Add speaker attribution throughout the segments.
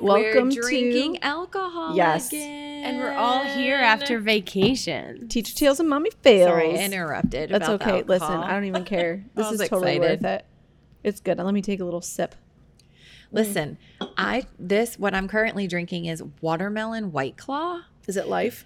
Speaker 1: Welcome
Speaker 2: we're drinking
Speaker 1: to
Speaker 2: alcohol
Speaker 1: Yes.
Speaker 2: again.
Speaker 3: And we're all here after vacation.
Speaker 1: Teacher Tales and Mommy Fails.
Speaker 2: Sorry, I interrupted.
Speaker 1: That's
Speaker 2: about the
Speaker 1: okay. Listen,
Speaker 2: alcohol.
Speaker 1: I don't even care. This
Speaker 2: I
Speaker 1: is
Speaker 2: was
Speaker 1: totally
Speaker 2: excited.
Speaker 1: worth it. It's good. Now Let me take a little sip.
Speaker 2: Listen, I this what I'm currently drinking is watermelon white claw.
Speaker 1: Is it life?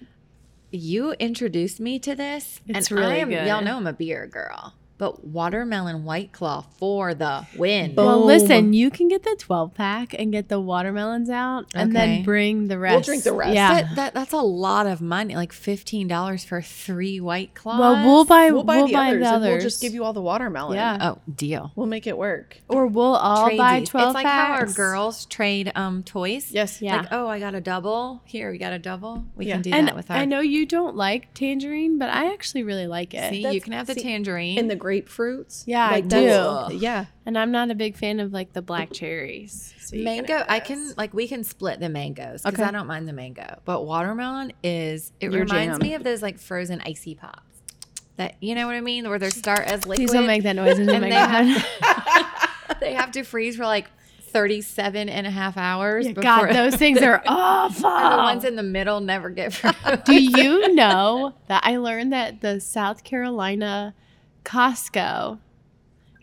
Speaker 2: You introduced me to this,
Speaker 3: It's
Speaker 2: and I
Speaker 3: really
Speaker 2: am
Speaker 3: good.
Speaker 2: y'all know I'm a beer girl, but watermelon white claw for the win.
Speaker 1: Boom.
Speaker 3: Well,
Speaker 1: Boom.
Speaker 3: listen, you can get the 12 pack and get the watermelons out and
Speaker 2: Okay.
Speaker 3: then bring the rest.
Speaker 1: drink the rest.
Speaker 3: Yeah.
Speaker 2: But that, that's a lot of money, like fifteen dollars for three white claws.
Speaker 3: well, we'll buy
Speaker 1: We'll buy the others. and we'll just give you all the watermelon.
Speaker 3: Yeah.
Speaker 2: oh deal.
Speaker 1: We'll make it work.
Speaker 3: Or we'll all buy
Speaker 2: Tradies.
Speaker 3: 12
Speaker 2: It's like how our
Speaker 3: packs.
Speaker 2: girls trade um toys.
Speaker 1: Yes.
Speaker 3: Yeah.
Speaker 2: Like oh, I got a double. Here, we got a double. We
Speaker 1: Yeah.
Speaker 2: can do
Speaker 3: and
Speaker 2: that with our.
Speaker 3: I know you don't like tangerine, but I actually really like it.
Speaker 2: See, you
Speaker 1: That's-
Speaker 2: can have the
Speaker 1: see,
Speaker 2: tangerine.
Speaker 1: And the grapefruits.
Speaker 3: Yeah, I
Speaker 1: that's-
Speaker 2: do.
Speaker 1: Yeah.
Speaker 3: And I'm not a big fan of like the black cherries. So you can
Speaker 2: mango
Speaker 3: have
Speaker 2: i
Speaker 3: this.
Speaker 2: can like we can split the mangoes because
Speaker 3: Okay.
Speaker 2: i don't mind the mango but watermelon is it
Speaker 1: Your jam.
Speaker 2: reminds me of those like frozen icy pops that you know what i mean where they start as liquid
Speaker 3: Please don't make that noise into
Speaker 2: and
Speaker 3: my
Speaker 2: they
Speaker 3: god.
Speaker 2: have, they have to freeze for like 37 and a half hours
Speaker 3: Yeah, God, those things are awful.
Speaker 2: and the ones in the middle never get frozen.
Speaker 3: Do you know that I learned that the South Carolina Costco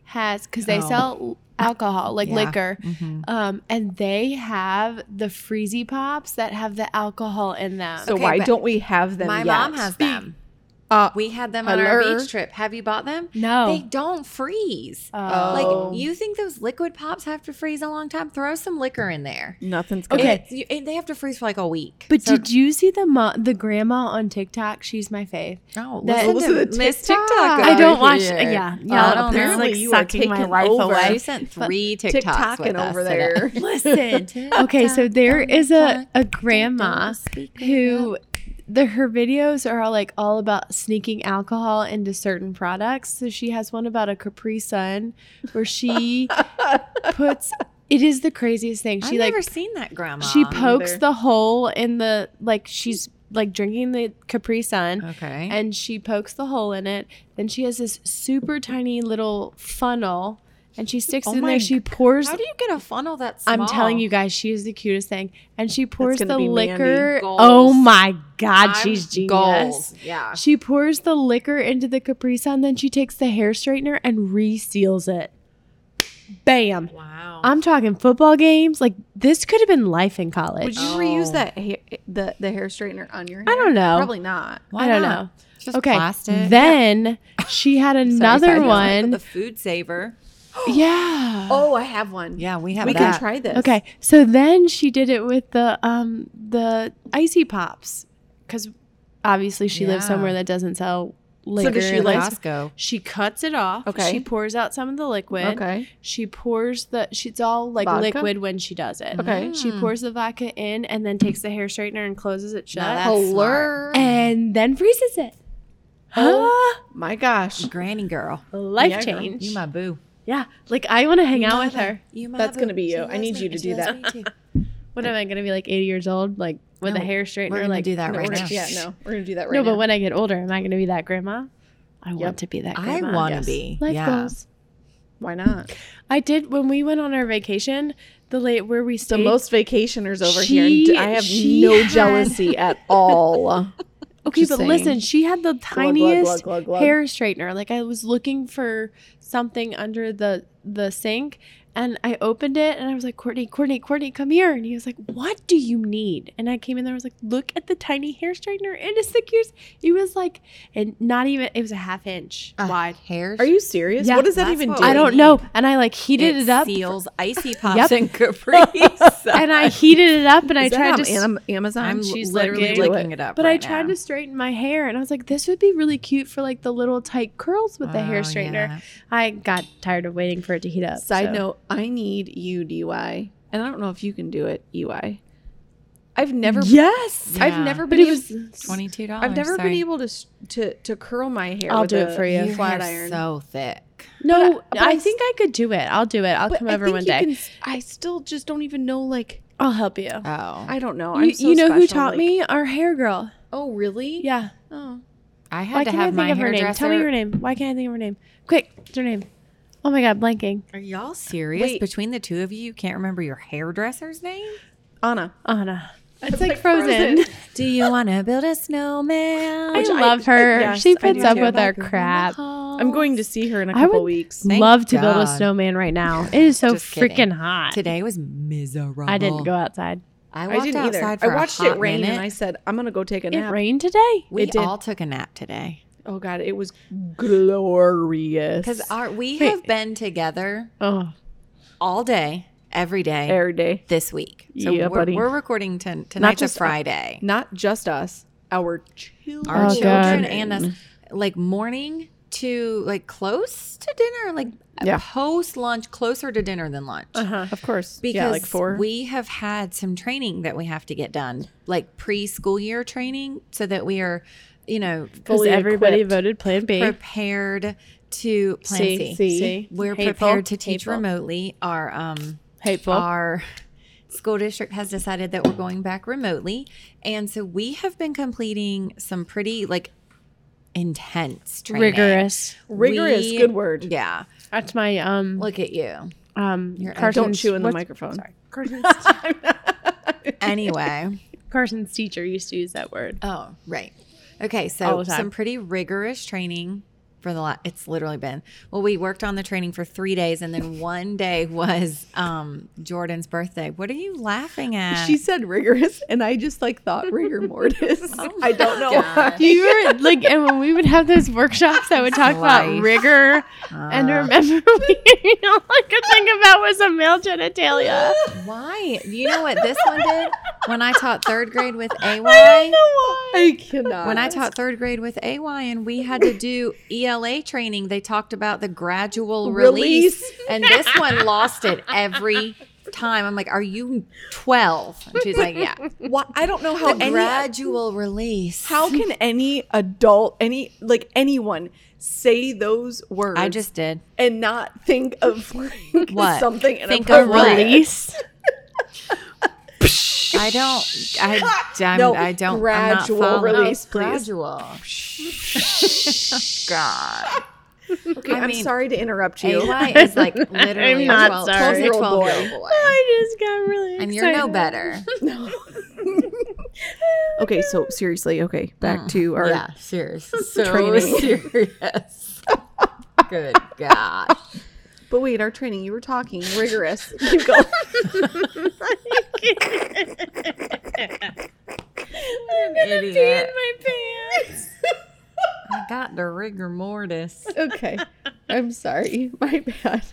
Speaker 3: has because they
Speaker 2: Oh.
Speaker 3: sell alcohol like
Speaker 2: Yeah.
Speaker 3: liquor,
Speaker 2: Mm-hmm.
Speaker 3: um, and they have the freezy pops that have the alcohol in them.
Speaker 1: So
Speaker 2: Okay,
Speaker 1: why
Speaker 2: but
Speaker 1: don't we have them?
Speaker 2: my
Speaker 1: yet?
Speaker 2: mom has them
Speaker 1: Uh,
Speaker 2: we had them on our
Speaker 1: hello?
Speaker 2: beach trip have you bought them
Speaker 3: no,
Speaker 2: they don't freeze
Speaker 3: Um,
Speaker 1: Oh.
Speaker 2: Like you think those liquid pops have to freeze a long time? Throw some liquor in there.
Speaker 1: nothing's good.
Speaker 3: Okay.
Speaker 2: It's- you- and they have to freeze for like a week.
Speaker 3: but
Speaker 2: So-
Speaker 3: did you see the mo- the grandma on TikTok? She's my fave.
Speaker 2: no,
Speaker 3: that-
Speaker 2: listen,
Speaker 1: Listen to
Speaker 2: to
Speaker 1: the
Speaker 2: Miss
Speaker 1: TikTok
Speaker 2: TikTok. Um,
Speaker 1: guy.
Speaker 3: I
Speaker 1: Out
Speaker 3: don't
Speaker 1: of
Speaker 3: watch.
Speaker 1: here.
Speaker 3: Yeah,
Speaker 2: I
Speaker 3: yeah.
Speaker 2: don't
Speaker 3: that's,
Speaker 2: know.
Speaker 3: like
Speaker 1: You are
Speaker 3: sucking my
Speaker 1: taking
Speaker 3: life
Speaker 1: over.
Speaker 2: She
Speaker 3: away.
Speaker 2: sent
Speaker 3: But-
Speaker 2: three TikToks with
Speaker 1: TikToking
Speaker 2: us
Speaker 1: over
Speaker 2: today.
Speaker 1: there.
Speaker 3: Listen. okay, so there is a, a grandma who
Speaker 2: Mm-hmm.
Speaker 3: the her videos are all like all about sneaking alcohol into certain products. So she has one about a Capri Sun where she puts it is the craziest thing.
Speaker 2: I've
Speaker 3: She like
Speaker 2: never seen that grandma.
Speaker 3: she pokes
Speaker 1: either.
Speaker 3: the hole in the like she's like drinking the Capri Sun
Speaker 2: Okay.
Speaker 3: and she pokes the hole in it. Then she has this super tiny little funnel and she sticks
Speaker 2: Oh
Speaker 3: it in
Speaker 2: my
Speaker 3: there. She pours
Speaker 2: How do you get a funnel that small?
Speaker 3: I'm telling you guys, she is the cutest thing. And she pours
Speaker 1: gonna
Speaker 3: the
Speaker 1: be Mandy.
Speaker 3: liquor.
Speaker 2: Goals.
Speaker 3: Oh my God,
Speaker 2: I'm
Speaker 3: she's genius.
Speaker 2: goals. Yeah.
Speaker 3: She pours the liquor into the Capri Sun, then she takes the hair straightener and reseals it. Bam.
Speaker 2: Wow.
Speaker 3: I'm talking football games. Like, this could have been life in college.
Speaker 1: Would you
Speaker 2: Oh.
Speaker 1: reuse that hair, the the hair straightener on your hair?
Speaker 3: I don't know.
Speaker 1: Probably not.
Speaker 2: Why
Speaker 3: I don't
Speaker 2: not?
Speaker 3: know.
Speaker 2: It's Just
Speaker 3: Okay.
Speaker 2: plastic.
Speaker 3: Then she had another one.
Speaker 2: The food saver.
Speaker 3: yeah.
Speaker 1: Oh, I have one.
Speaker 2: Yeah, we have
Speaker 1: we
Speaker 2: that.
Speaker 1: can try this.
Speaker 3: Okay, so then she did it with the um the icy pops because obviously she lives
Speaker 2: Yeah.
Speaker 3: somewhere that doesn't sell liquor.
Speaker 1: So does she
Speaker 3: and
Speaker 1: like-
Speaker 3: ice-
Speaker 2: Costco.
Speaker 3: She cuts it off.
Speaker 1: Okay.
Speaker 3: She pours out some of the liquid.
Speaker 1: Okay.
Speaker 3: She pours the. She's all like
Speaker 1: Vodka?
Speaker 3: liquid when she does it.
Speaker 1: Okay.
Speaker 3: She pours the vodka in and then takes the hair straightener and closes it shut.
Speaker 2: that's
Speaker 1: Hello.
Speaker 3: and then freezes it.
Speaker 1: Oh. My gosh.
Speaker 2: Granny girl.
Speaker 3: Huh? Life
Speaker 1: Yeah, girl.
Speaker 3: change.
Speaker 2: You my boo.
Speaker 3: yeah. Like I want to hang out with her.
Speaker 2: You my
Speaker 1: That's
Speaker 2: boo.
Speaker 1: gonna be
Speaker 2: She
Speaker 1: you. I
Speaker 2: loves
Speaker 1: need
Speaker 2: me
Speaker 1: you
Speaker 2: and
Speaker 1: to
Speaker 2: she
Speaker 1: do
Speaker 2: loves
Speaker 1: that.
Speaker 2: me too.
Speaker 3: What am I gonna be like 80 years old like with
Speaker 2: No,
Speaker 3: a hair straightener?
Speaker 2: We're gonna
Speaker 3: like
Speaker 2: do that
Speaker 1: No,
Speaker 2: right
Speaker 1: we're
Speaker 2: now.
Speaker 1: gonna- yeah, no, we're gonna do that right
Speaker 3: no,
Speaker 1: now.
Speaker 3: but when I get older, am I going to be that grandma? I
Speaker 1: Yep.
Speaker 3: want to be that
Speaker 2: I
Speaker 3: grandma.
Speaker 2: want to
Speaker 1: yes.
Speaker 2: be.
Speaker 3: Life
Speaker 2: yeah.
Speaker 3: goals.
Speaker 1: why not?
Speaker 3: I did when we went on our vacation. The late where we
Speaker 1: The
Speaker 3: stayed.
Speaker 1: most vacationers over
Speaker 3: She-
Speaker 1: here. and I have
Speaker 3: she
Speaker 1: no
Speaker 3: had-
Speaker 1: jealousy at all.
Speaker 3: okay,
Speaker 1: just
Speaker 3: but
Speaker 1: saying.
Speaker 3: listen, she had the
Speaker 1: glug,
Speaker 3: tiniest
Speaker 1: glug, glug.
Speaker 3: hair straightener. Like I was looking for something under the the sink, and I opened it, and I was like, Courtney, Courtney, Courtney, come here. And he was like, What do you need? And I came in there. I was like, Look at the tiny hair straightener. It is the cutest. It was like, and not even. It was a half inch
Speaker 2: A
Speaker 3: wide.
Speaker 2: Uh, Hair.
Speaker 1: Are you serious?
Speaker 3: Yeah.
Speaker 1: what does that
Speaker 2: That's
Speaker 1: even
Speaker 2: what
Speaker 1: do?
Speaker 2: we
Speaker 3: I don't know. And I like
Speaker 2: It,
Speaker 3: heated it, up.
Speaker 2: Seals, icy pops,
Speaker 3: Yep.
Speaker 2: and capris.
Speaker 3: and I heated it up and I
Speaker 1: Is that
Speaker 3: tried
Speaker 1: on
Speaker 3: to s-
Speaker 1: Am- Amazon.
Speaker 2: I'm
Speaker 3: she's
Speaker 2: literally
Speaker 3: looking-
Speaker 2: looking it up.
Speaker 3: but I
Speaker 2: right
Speaker 3: tried
Speaker 2: now.
Speaker 3: to straighten my hair and I was like this would be really cute for like the little tight curls with the hair
Speaker 2: Oh,
Speaker 3: straightener.
Speaker 2: yeah.
Speaker 3: I got tired of waiting for it to heat up.
Speaker 1: Side
Speaker 3: so-
Speaker 1: note: I need you, DY, and I don't know if you can do it, EY. I've never,
Speaker 3: Yes.
Speaker 1: I've
Speaker 2: Yeah. Oh,
Speaker 1: never
Speaker 3: But
Speaker 1: been.
Speaker 3: it
Speaker 1: able-
Speaker 3: was
Speaker 2: Twenty-two dollars.
Speaker 1: I've never been able to s- to to curl my hair.
Speaker 3: I'll
Speaker 1: with
Speaker 3: do
Speaker 1: a
Speaker 3: it for you.
Speaker 2: Your
Speaker 3: to
Speaker 1: Flat iron.
Speaker 2: hair's So thick.
Speaker 3: No,
Speaker 1: but I
Speaker 3: I
Speaker 1: s-
Speaker 3: think I could do it. I'll do it. I'll
Speaker 1: But
Speaker 3: come
Speaker 1: I
Speaker 3: over
Speaker 1: think
Speaker 3: one
Speaker 1: you
Speaker 3: day.
Speaker 1: can s- I still just don't even know. Like
Speaker 3: I'll help you.
Speaker 2: Oh,
Speaker 1: I
Speaker 2: I,
Speaker 1: don't know. I'm
Speaker 3: You,
Speaker 1: so
Speaker 3: you know who
Speaker 1: special,
Speaker 3: taught
Speaker 1: like-
Speaker 3: me? Our hair girl.
Speaker 1: Oh, really?
Speaker 3: Yeah.
Speaker 1: Oh.
Speaker 2: had
Speaker 3: Why
Speaker 2: to
Speaker 3: can't I
Speaker 2: have
Speaker 3: think
Speaker 2: my
Speaker 3: of her name?
Speaker 2: hairdresser.
Speaker 3: Tell me your name. Why can't I think of her name? Quick, what's her name? Oh my god, blanking.
Speaker 2: Are y'all serious?
Speaker 1: Wait.
Speaker 2: Between the two of you, you can't remember your hairdresser's name?
Speaker 3: Anna. Anna. It's like,
Speaker 1: like
Speaker 3: frozen.
Speaker 1: Frozen.
Speaker 2: Do you want to build a snowman?
Speaker 3: Which
Speaker 1: I-
Speaker 3: I
Speaker 1: I-
Speaker 3: love her.
Speaker 1: yes,
Speaker 3: she
Speaker 1: I
Speaker 3: puts
Speaker 1: do
Speaker 3: up
Speaker 1: too.
Speaker 3: with our
Speaker 2: Like,
Speaker 3: crap.
Speaker 1: I'm going to see her in a
Speaker 3: I
Speaker 1: couple
Speaker 3: would-
Speaker 1: weeks.
Speaker 2: Thank
Speaker 3: love to build a
Speaker 2: God.
Speaker 3: snowman right now. It is so
Speaker 2: Just kidding.
Speaker 3: freaking hot.
Speaker 2: Today was miserable.
Speaker 3: I didn't go outside.
Speaker 2: I
Speaker 1: I
Speaker 2: walked
Speaker 1: didn't
Speaker 2: outside
Speaker 1: either.
Speaker 2: for
Speaker 1: I watched
Speaker 2: a hot
Speaker 1: it rain
Speaker 2: minute.
Speaker 1: and I said, I'm going to go take a
Speaker 3: It
Speaker 1: nap.
Speaker 3: rained today.
Speaker 2: we
Speaker 1: it did.
Speaker 2: all took a nap today
Speaker 1: oh, God. It was glorious.
Speaker 2: because our we
Speaker 3: Wait.
Speaker 2: have been together
Speaker 3: Oh,
Speaker 2: all day, every day
Speaker 1: air day.
Speaker 2: this week. So
Speaker 1: Yeah,
Speaker 2: we're,
Speaker 1: buddy.
Speaker 2: we're recording ton tonight's
Speaker 1: just- uh,
Speaker 2: a Friday.
Speaker 1: Not just us, our children.
Speaker 2: Our
Speaker 3: Oh,
Speaker 2: children
Speaker 3: God.
Speaker 2: and us, like morning to like close to dinner, like
Speaker 1: Yeah.
Speaker 2: post lunch, closer to dinner than lunch.
Speaker 3: uh-huh.
Speaker 1: Of course.
Speaker 2: Because
Speaker 1: yeah, like four.
Speaker 2: we have had some training that we have to get done, like preschool year training, so that we are, you know,
Speaker 3: Because
Speaker 1: Fully
Speaker 3: everybody
Speaker 1: equipped.
Speaker 3: voted Plan B.
Speaker 2: prepared to plan
Speaker 3: See,
Speaker 2: C.
Speaker 1: C.
Speaker 3: see.
Speaker 2: We're
Speaker 3: Hateful,
Speaker 2: prepared to teach
Speaker 3: hateful.
Speaker 2: remotely. Our um
Speaker 1: Hateful.
Speaker 2: our school district has decided that we're going back remotely. And so we have been completing some pretty like intense training.
Speaker 3: rigorous.
Speaker 1: Rigorous.
Speaker 2: We-
Speaker 1: good word.
Speaker 2: Yeah.
Speaker 3: That's my um
Speaker 2: Look at you.
Speaker 3: um
Speaker 2: Your-
Speaker 1: Don't
Speaker 3: Carson's,
Speaker 1: chew in the
Speaker 3: what's-
Speaker 1: microphone.
Speaker 3: Sorry. Carson's,
Speaker 2: Anyway.
Speaker 3: Carson's teacher used to use that word.
Speaker 2: Oh, right. Okay,
Speaker 3: All
Speaker 2: so
Speaker 3: the time.
Speaker 2: some pretty rigorous training for the last. It's literally been. Well, we worked on the training for three days, and then one day was um Jordan's birthday. What are you laughing at?
Speaker 1: She said rigorous, and I just like thought rigor mortis. I don't know.
Speaker 2: gosh.
Speaker 1: why.
Speaker 3: You were like, and when we would have those workshops, I would talk about
Speaker 2: Life.
Speaker 3: rigor.
Speaker 2: Uh,
Speaker 3: and remember, we all I could think about was a male genitalia.
Speaker 2: Uh, why? You know what this one did? When I taught third grade with AY.
Speaker 1: I cannot.
Speaker 2: When I taught third grade with AY and we had to do ELA training, they talked about the gradual release.
Speaker 1: Release.
Speaker 2: And this one lost it every time. I'm like, Are you 12? And she's like, Yeah.
Speaker 1: Why- I don't know how
Speaker 2: The
Speaker 1: any
Speaker 2: gradual release.
Speaker 1: how can any adult, any like anyone, say those words?
Speaker 2: I just did.
Speaker 1: and not think of like,
Speaker 2: What?
Speaker 1: something.
Speaker 2: Think of
Speaker 1: inappropriate.
Speaker 2: what?
Speaker 3: Release.
Speaker 2: I don't. I, I'm,
Speaker 1: No,
Speaker 2: I don't.
Speaker 1: gradual
Speaker 2: I'm not following.
Speaker 1: release, please.
Speaker 2: Gradual. God.
Speaker 1: Okay,
Speaker 2: I
Speaker 1: I am
Speaker 2: mean,
Speaker 1: sorry to interrupt you.
Speaker 2: AY is like
Speaker 3: I'm
Speaker 2: literally
Speaker 3: not
Speaker 2: a 12,
Speaker 3: sorry.
Speaker 2: 12 year old boy.
Speaker 3: I just got really
Speaker 2: And you're no
Speaker 3: excited.
Speaker 2: better.
Speaker 1: okay, so seriously, okay, back to our
Speaker 2: yeah, serious. So
Speaker 1: training.
Speaker 2: serious. Good God.
Speaker 1: But wait, our training. You were talking rigorous. Keep going.
Speaker 2: An idiot.
Speaker 3: my pants.
Speaker 2: I got the rigor mortis.
Speaker 1: okay, I'm sorry. My bad.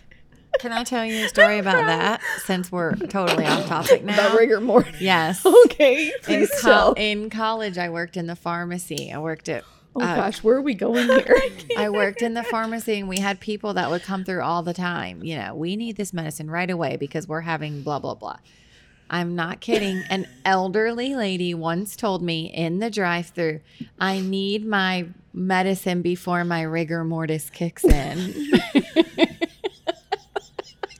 Speaker 2: Can I tell you a story about that since we're totally off topic now?
Speaker 1: About rigor Oh, mortis.
Speaker 2: Yes.
Speaker 1: Okay,
Speaker 2: in,
Speaker 1: please tell.
Speaker 2: col- in college i worked in the pharmacy i worked at
Speaker 1: Oh
Speaker 2: uh,
Speaker 1: gosh, where are we going here?
Speaker 2: i worked in the pharmacy and we had people that would come through all the time you know we need this medicine right away because we're having blah blah blah i'm not kidding an elderly lady once told me in the drive-through i need my medicine before my rigor mortis kicks in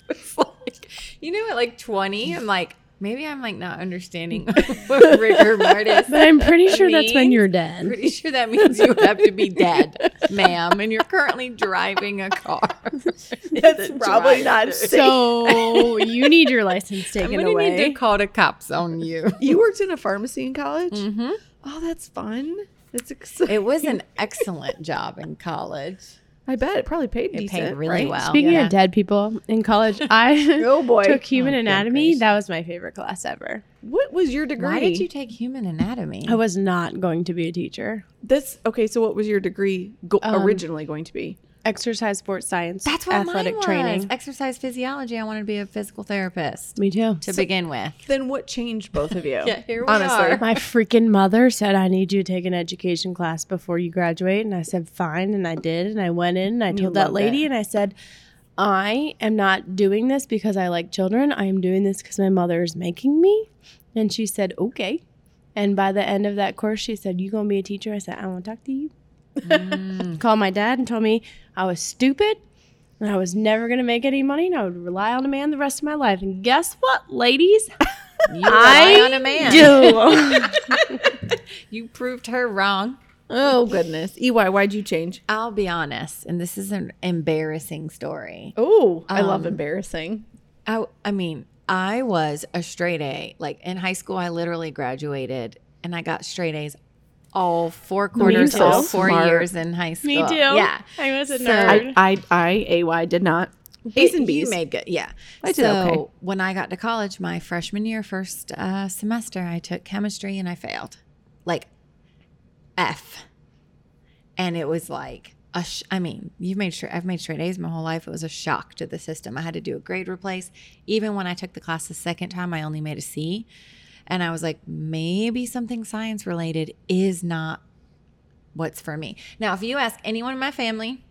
Speaker 2: It's like, you know at like 20 i'm like maybe i'm like not understanding what rigor mortis
Speaker 3: But I'm pretty sure that's when
Speaker 2: Mean.
Speaker 3: you're dead.
Speaker 2: Pretty sure that means you have to be dead, ma'am, and you're currently driving a car.
Speaker 1: That's probably not safe.
Speaker 3: So you need your license
Speaker 2: I'm
Speaker 3: taken
Speaker 2: gonna need to
Speaker 3: away.
Speaker 2: call the cops on you.
Speaker 1: you worked in a pharmacy in college.
Speaker 2: Mm.
Speaker 1: Oh, that's fun. That's exciting.
Speaker 2: Mm-hmm. It was an excellent job in college.
Speaker 1: I bet it probably paid
Speaker 2: It
Speaker 1: decent.
Speaker 2: paid really
Speaker 1: right?
Speaker 2: well.
Speaker 3: Speaking
Speaker 2: yeah.
Speaker 3: of dead people in college, I
Speaker 1: Oh boy,
Speaker 3: took human
Speaker 2: Oh, good
Speaker 3: anatomy.
Speaker 2: gracious.
Speaker 3: That was my favorite class ever.
Speaker 1: what was your degree?
Speaker 2: why did you take human anatomy?
Speaker 3: I was not going to be a teacher.
Speaker 1: That's okay. So, what was your degree go-
Speaker 3: Um,
Speaker 1: originally going to be?
Speaker 3: Exercise, sports science,
Speaker 2: That's what
Speaker 3: athletic
Speaker 2: mine was.
Speaker 3: training.
Speaker 2: Exercise physiology. I wanted to be a physical therapist
Speaker 3: Me too.
Speaker 2: to begin with.
Speaker 1: Then what changed both of you?
Speaker 2: Yeah, here we
Speaker 1: Honestly.
Speaker 2: are.
Speaker 3: My freaking mother said, I need you to take an education class before you graduate. And I said, fine. And I did. And I went in and I
Speaker 1: You
Speaker 3: told that
Speaker 1: loved
Speaker 3: lady,
Speaker 1: it.
Speaker 3: and I said, I am not doing this because I like children. I am doing this because my mother is making me. And she said, okay. And by the end of that course, she said, You gonna be a teacher? I said, I wanna talk to you.
Speaker 1: Mm.
Speaker 3: Called my dad and told me I was stupid and I was never gonna make any money and I would rely on a man the rest of my life. And guess what, ladies?
Speaker 2: You rely
Speaker 3: I
Speaker 2: on a man.
Speaker 3: Do
Speaker 2: You proved her wrong.
Speaker 1: Oh goodness, EY, why'd you change?
Speaker 2: I'll be honest, and this is an embarrassing story.
Speaker 1: Oh, I love
Speaker 2: Um,
Speaker 1: embarrassing.
Speaker 2: I, I mean, I was a straight A. Like in high school, I literally graduated and I got straight A's all four quarters,
Speaker 1: so
Speaker 2: all four
Speaker 1: smart.
Speaker 2: years in high school.
Speaker 3: Me too.
Speaker 2: Yeah.
Speaker 3: I was a
Speaker 2: So-
Speaker 3: nerd.
Speaker 1: I, I, I, A-Y did not. A's and
Speaker 2: You
Speaker 1: B's.
Speaker 2: made good. Yeah.
Speaker 1: I did
Speaker 2: so
Speaker 1: okay.
Speaker 2: when I got to college, my freshman year, first uh, semester, I took chemistry and I failed. Like F. And it was like, a sh- I mean, you've made sure I've made straight A's my whole life. It was a shock to the system. I had to do a grade replace. Even when I took the class the second time, I only made a C. And I was like, maybe something science related is not what's for me. Now, if you ask anyone in my family,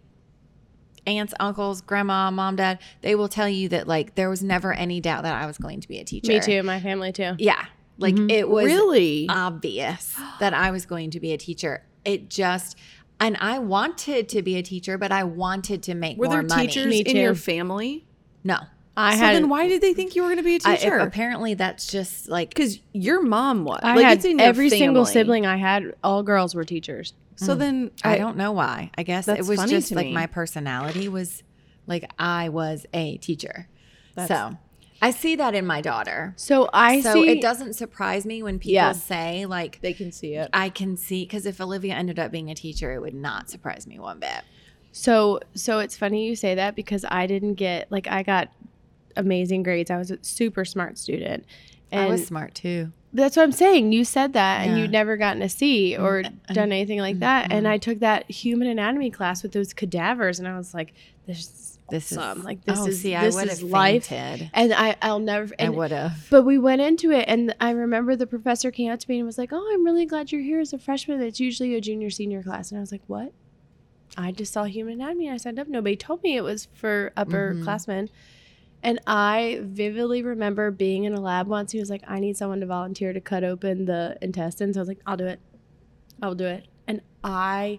Speaker 2: aunts, uncles, grandma, mom, dad, they will tell you that like there was never any doubt that I was going to be a teacher.
Speaker 3: Me too. My family too.
Speaker 2: Yeah. Like it was
Speaker 1: Mm-hmm. really?
Speaker 2: obvious that I was going to be a teacher. It just and I wanted to be a teacher, but I wanted to make
Speaker 1: Were
Speaker 2: more
Speaker 1: there
Speaker 2: money.
Speaker 1: teachers
Speaker 3: Me
Speaker 1: in your
Speaker 3: too.
Speaker 1: family?
Speaker 2: No.
Speaker 3: I
Speaker 1: so
Speaker 3: had
Speaker 1: then why did they think you were going to be a
Speaker 2: I,
Speaker 1: teacher?
Speaker 2: apparently that's just like
Speaker 1: Because your mom was.
Speaker 3: I
Speaker 1: like,
Speaker 3: had
Speaker 1: it's in your
Speaker 3: every single
Speaker 1: family.
Speaker 3: sibling I had. All girls were teachers.
Speaker 1: So then
Speaker 2: Mm. I don't know why. I guess it
Speaker 1: That's
Speaker 2: was
Speaker 1: funny
Speaker 2: just
Speaker 1: to
Speaker 2: like
Speaker 1: me.
Speaker 2: my personality was like I was a teacher.
Speaker 3: That's-
Speaker 2: so I see that in my daughter.
Speaker 3: So I
Speaker 2: so
Speaker 3: see
Speaker 2: it doesn't surprise me when people
Speaker 3: Yeah.
Speaker 2: say like
Speaker 1: They can see it.
Speaker 2: I can see because if Olivia ended up being a teacher, it would not surprise me one bit.
Speaker 3: So so it's funny you say that because I didn't get like I got amazing grades. I was a super smart student. And
Speaker 2: I was smart too.
Speaker 3: that's what I'm saying. You said that and
Speaker 2: Yeah.
Speaker 3: you'd never gotten a C or done anything like that. And
Speaker 2: mhm.
Speaker 3: I took that human anatomy class with those cadavers and I was like, this is
Speaker 2: This
Speaker 3: awesome.
Speaker 2: is
Speaker 3: Like this
Speaker 2: oh,
Speaker 3: is
Speaker 2: see,
Speaker 3: this
Speaker 2: I would have
Speaker 3: is life.
Speaker 2: fainted.
Speaker 3: And I, I'll never
Speaker 2: I
Speaker 3: and
Speaker 2: would have.
Speaker 3: But we went into it, and I remember the professor came up to me and was like, "Oh, I'm really glad you're here as a freshman. It's usually a junior senior class." And I was like, "What?" I just saw human anatomy. and I signed up. Nobody told me it was for upperclassmen. And I vividly remember being in a lab once. He was like, "I need someone to volunteer to cut open the intestines." I was like, "I'll do it. I'll do it." And I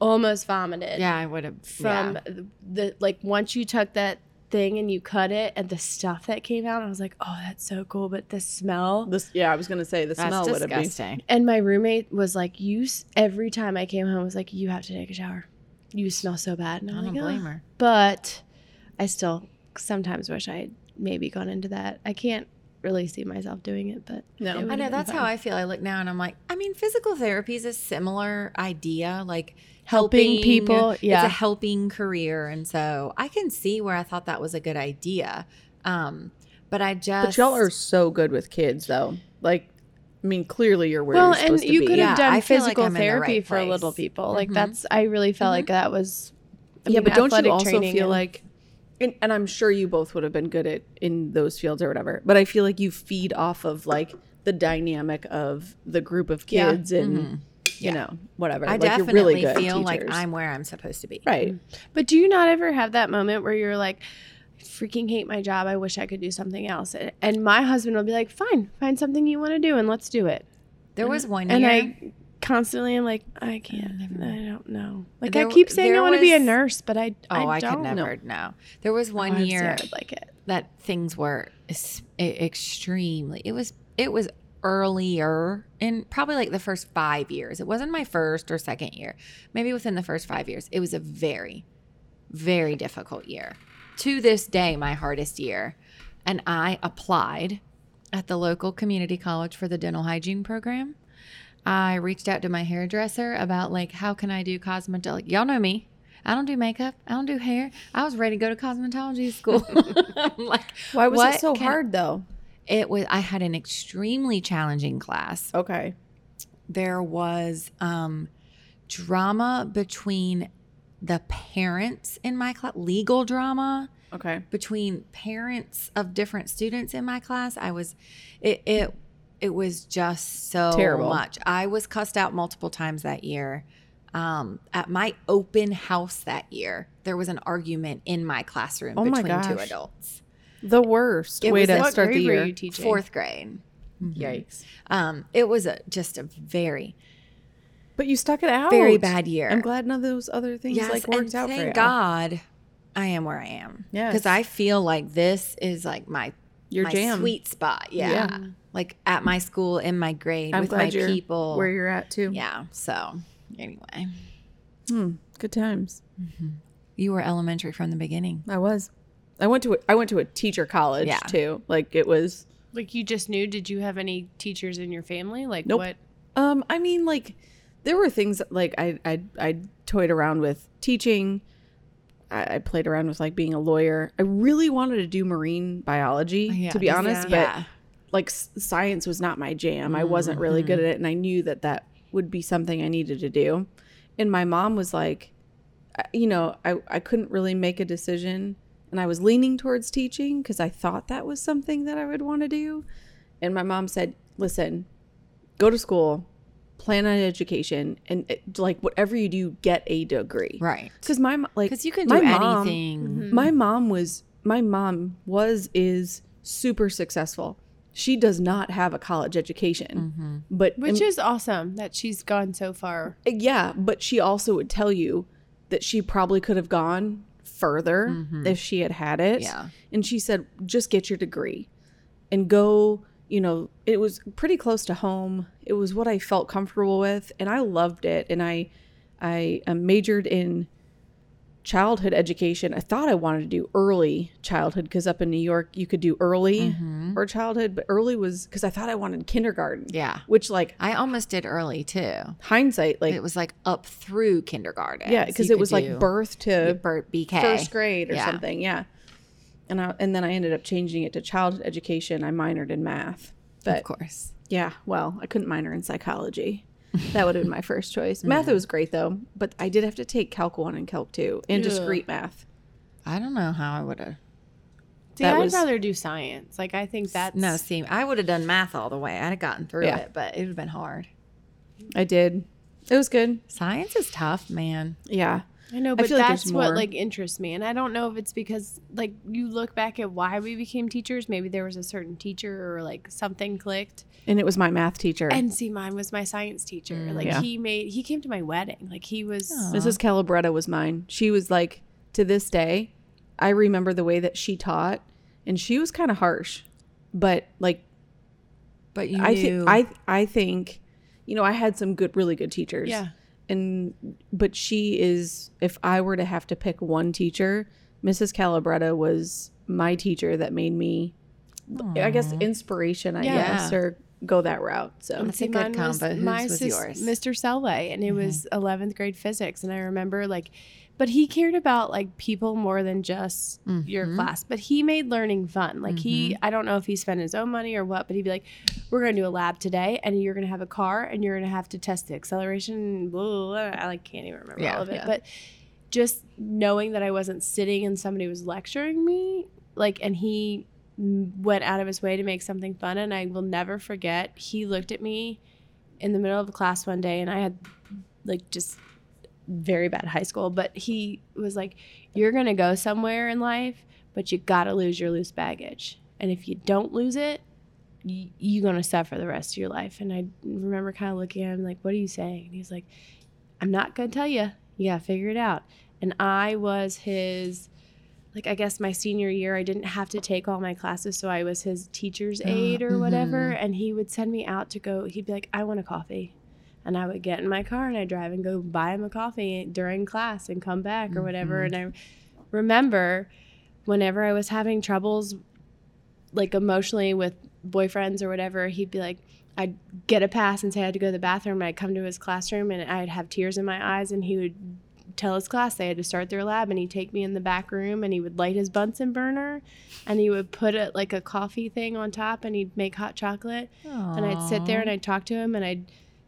Speaker 3: almost vomited
Speaker 2: Yeah, I would have
Speaker 3: from the, the like once you took that thing and you cut it and the stuff that came out i was like oh that's so cool but the smell
Speaker 1: This, yeah, I was going to say the
Speaker 2: That's
Speaker 1: smell would have been.
Speaker 2: disgusting.
Speaker 3: and my roommate was like you s- every time i came home was like you have to take a shower you smell so bad and
Speaker 2: I
Speaker 3: i'm
Speaker 2: don't
Speaker 3: like
Speaker 2: blame
Speaker 3: "Ugh."
Speaker 2: her.
Speaker 3: but i still sometimes wish i had maybe gone into that i can't really see myself doing it but
Speaker 1: No.
Speaker 3: it would
Speaker 1: I
Speaker 2: I
Speaker 3: have
Speaker 2: know
Speaker 3: been
Speaker 2: that's
Speaker 3: fun.
Speaker 2: how I feel. I look now and I'm like, I mean, physical therapy is a similar idea, like
Speaker 3: Helping people, yeah.
Speaker 2: it's a helping career, and so I can see where I thought that was a good idea. Um, but I just,
Speaker 1: But y'all are so good with kids, though. Like, I mean, clearly you're where
Speaker 3: well
Speaker 1: you're
Speaker 3: and
Speaker 1: supposed to
Speaker 3: you
Speaker 1: be.
Speaker 3: could have
Speaker 2: Yeah,
Speaker 3: done
Speaker 2: I feel like
Speaker 3: physical
Speaker 2: I'm in the
Speaker 3: therapy
Speaker 2: right
Speaker 3: for
Speaker 2: place. Mm-hmm.
Speaker 3: little people like
Speaker 2: Mhm.
Speaker 3: that's i really felt like that was I
Speaker 1: yeah,
Speaker 3: mean,
Speaker 1: but don't you
Speaker 3: athletic
Speaker 1: also
Speaker 3: training
Speaker 1: feel
Speaker 3: and-
Speaker 1: like, and, and I'm sure you both would have been good at in those fields or whatever. But I feel like you feed off of like the dynamic of the group of
Speaker 3: Yeah.
Speaker 1: kids and you know whatever.
Speaker 2: I
Speaker 1: like, you're
Speaker 2: definitely
Speaker 1: really good
Speaker 2: feel like
Speaker 1: teachers.
Speaker 2: I'm where I'm supposed to be.
Speaker 1: right.
Speaker 3: But do you not ever have that moment where you're like, I freaking hate my job. I wish I could do something else. And- And my husband will be like, fine, find something you want to do and let's do it.
Speaker 2: There was one year,
Speaker 3: And I constantly am like, I can't.
Speaker 2: never
Speaker 3: I don't know. Like,
Speaker 2: There
Speaker 3: I
Speaker 2: w-
Speaker 3: keep saying I
Speaker 2: there
Speaker 3: want to be a
Speaker 2: was-
Speaker 3: nurse, but I,
Speaker 2: oh, I, could
Speaker 3: don't know.
Speaker 2: never. No, there was one
Speaker 3: Honestly, I
Speaker 2: year
Speaker 3: would like it.
Speaker 2: that things were es- e- extremely it was it was earlier in probably like the first five years it wasn't my first or second year maybe within the first five years it was a very very difficult year to this day my hardest year and i applied at the local community college for the dental hygiene program i reached out to my hairdresser about like how can i do cosmetology y'all know me i don't do makeup i don't do hair i was ready to go to cosmetology school i'm like
Speaker 1: Why was
Speaker 2: What
Speaker 1: it so
Speaker 2: can-
Speaker 1: hard though?
Speaker 2: it was i had an extremely challenging class
Speaker 1: Okay.
Speaker 2: there was um drama between the parents in my class legal drama
Speaker 1: Okay.
Speaker 2: between parents of different students in my class i was it it, it was just so
Speaker 1: Terrible.
Speaker 2: much i was cussed out multiple times that year um, at my open house that year there was an argument in my classroom
Speaker 1: Oh my
Speaker 2: between two
Speaker 1: gosh.
Speaker 2: adults
Speaker 1: The worst
Speaker 2: It
Speaker 1: way
Speaker 2: was
Speaker 1: to
Speaker 2: a-
Speaker 1: start the
Speaker 3: grade were
Speaker 1: year.
Speaker 3: you teaching?
Speaker 2: fourth grade
Speaker 1: Yikes.
Speaker 2: um, it was a, just a very
Speaker 1: But you stuck it out.
Speaker 2: very bad year.
Speaker 1: Oh, I'm glad none of those other things
Speaker 2: Yes,
Speaker 1: like worked
Speaker 2: and
Speaker 1: out
Speaker 2: thank
Speaker 1: for you.
Speaker 2: God, I am where I am.
Speaker 1: Yes.
Speaker 2: because I feel like this is like my
Speaker 1: Your
Speaker 2: my
Speaker 1: jam.
Speaker 2: sweet spot. Yeah.
Speaker 1: Yeah.
Speaker 2: like at my school, in my grade,
Speaker 1: I'm
Speaker 2: with
Speaker 1: glad
Speaker 2: my
Speaker 1: you're
Speaker 2: people.
Speaker 1: where you're at too.
Speaker 2: yeah. So anyway,
Speaker 1: Hmm. Good times.
Speaker 2: Mm-hmm. you were elementary from the beginning.
Speaker 1: I was. I went to a, I went to a teacher college
Speaker 2: Yeah.
Speaker 1: too. Like it was
Speaker 3: Like you just knew. Did you have any teachers in your family? Like
Speaker 1: Nope.
Speaker 3: what?
Speaker 1: Um, I mean, like there were things that, like I I I toyed around with teaching. I, I played around with like being a lawyer. I really wanted to do marine biology,
Speaker 2: Oh, Yeah,
Speaker 1: to be
Speaker 2: this-
Speaker 1: honest, but
Speaker 2: yeah.
Speaker 1: like s- science was not my jam. I wasn't really good at it, and I knew that that would be something I needed to do. And my mom was like, I- you know, I I couldn't really make a decision, and I was leaning towards teaching because I thought that was something that I would want to do. And my mom said, "Listen, go to school, plan an education, and it, like whatever you do, get a degree."
Speaker 2: right.
Speaker 1: Because my mo- like
Speaker 2: Because you can do
Speaker 1: my mom- Mm-hmm.
Speaker 2: anything.
Speaker 1: my mom was my mom was is super successful. She does not have a college
Speaker 2: Mm.
Speaker 1: education,
Speaker 2: Mm-hmm.
Speaker 1: but
Speaker 3: Which is awesome that she's gone so far.
Speaker 1: yeah, but she also would tell you that she probably could have gone further if she had had it.
Speaker 2: Mm-hmm. Yeah.
Speaker 1: And she said, just get your degree and go, you know, it was pretty close to home. It was what I felt comfortable with and I loved it and I I uh, majored in childhood education. I thought I wanted to do early childhood because up in New York you could do early or childhood, but early was cuz I thought I wanted kindergarten.
Speaker 2: Mm-hmm. Yeah.
Speaker 1: Which like
Speaker 2: I almost did early too.
Speaker 1: hindsight like
Speaker 2: It was like up through kindergarten.
Speaker 1: yeah,
Speaker 2: So
Speaker 1: because it
Speaker 2: you could
Speaker 1: was like
Speaker 2: do
Speaker 1: birth
Speaker 2: your
Speaker 1: to
Speaker 2: birth BK.
Speaker 1: first grade or
Speaker 2: Yeah.
Speaker 1: something. Yeah. And I, and then I ended up changing it to childhood education. I minored in math.
Speaker 2: of
Speaker 1: But
Speaker 2: course.
Speaker 1: yeah, well, I couldn't minor in psychology. That would have been my first choice.
Speaker 2: Mm.
Speaker 1: Math was great though, but I did have to take Calc 1 and Calc 2 and
Speaker 3: Yeah.
Speaker 1: discrete math.
Speaker 2: I don't know how I would have.
Speaker 3: See,
Speaker 1: That
Speaker 3: I'd
Speaker 1: was-
Speaker 3: rather do science. Like I think that's
Speaker 2: No, see, I would have done math all the way. I'd have gotten through
Speaker 1: Yeah.
Speaker 2: it, but it would have been hard.
Speaker 1: I did. It was good.
Speaker 2: Science is tough, man.
Speaker 1: Yeah.
Speaker 3: I know, but
Speaker 1: feel like there's
Speaker 3: that's what
Speaker 1: more.
Speaker 3: like interests me, and I don't know if it's because like you look back at why we became teachers. Maybe there was a certain teacher or like something clicked.
Speaker 1: And it was my math teacher.
Speaker 3: And see, mine was my science teacher. like
Speaker 1: Mm, Yeah.
Speaker 3: he made he came to my wedding. Like he was.
Speaker 2: Oh.
Speaker 1: Mrs. Calabretta was mine. She was like to this day, I remember the way that she taught and she was kind of harsh. But like
Speaker 2: But you
Speaker 1: I
Speaker 2: knew.
Speaker 1: think I I think you know I had some good really good teachers.
Speaker 3: Yeah.
Speaker 1: And but she is if I were to have to pick one teacher, Mrs. Calabretta was my teacher that made me I guess inspiration I
Speaker 3: Yeah.
Speaker 1: guess or go that route. So
Speaker 2: That's a good combo. Whose was yours?
Speaker 3: Mr. Selway, and it was
Speaker 1: Mm-hmm.
Speaker 3: 11th grade physics. And I remember, like, but he cared about like people more than just
Speaker 2: Mm-hmm.
Speaker 3: your class. But he made learning fun. Like he, I don't know if he spent his own money or what, but he'd be like, "We're gonna do a lab today, and you're gonna have a car, and you're gonna have to test the acceleration." Blah, blah, blah." I like can't even remember
Speaker 2: Yeah.
Speaker 3: all of it,
Speaker 1: Yeah.
Speaker 3: but just knowing that I wasn't sitting and somebody was lecturing me, like, and he m- went out of his way to make something fun. And I will never forget, he looked at me in the middle of a class one day, and I had like just very bad high school, but he was like, You're going to go somewhere in life, but you got to lose your loose baggage. And if you don't lose it, y- you're going to suffer the rest of your life. And I remember kind of looking at him like, What are you saying? And he's like, I'm not going to tell you. You got to figure it out. And I was his, like, I guess my senior year, I didn't have to take all my classes. So I was his teacher's aide or whatever. And he would send me out to go, he'd be like, I want a coffee. And I would get in my car and I'd drive and go buy him a coffee during class and come back or whatever. And I remember whenever I was having troubles, like emotionally with boyfriends or whatever, he'd be like, I'd get a pass and say I had to go to the bathroom. And I'd come to his classroom and I'd have tears in my eyes. And he would tell his class they had to start their lab. And he'd take me in the back room and he would light his Bunsen burner and he would put it like a coffee thing on top and he'd make hot chocolate and I'd sit there and I'd talk to him and I'd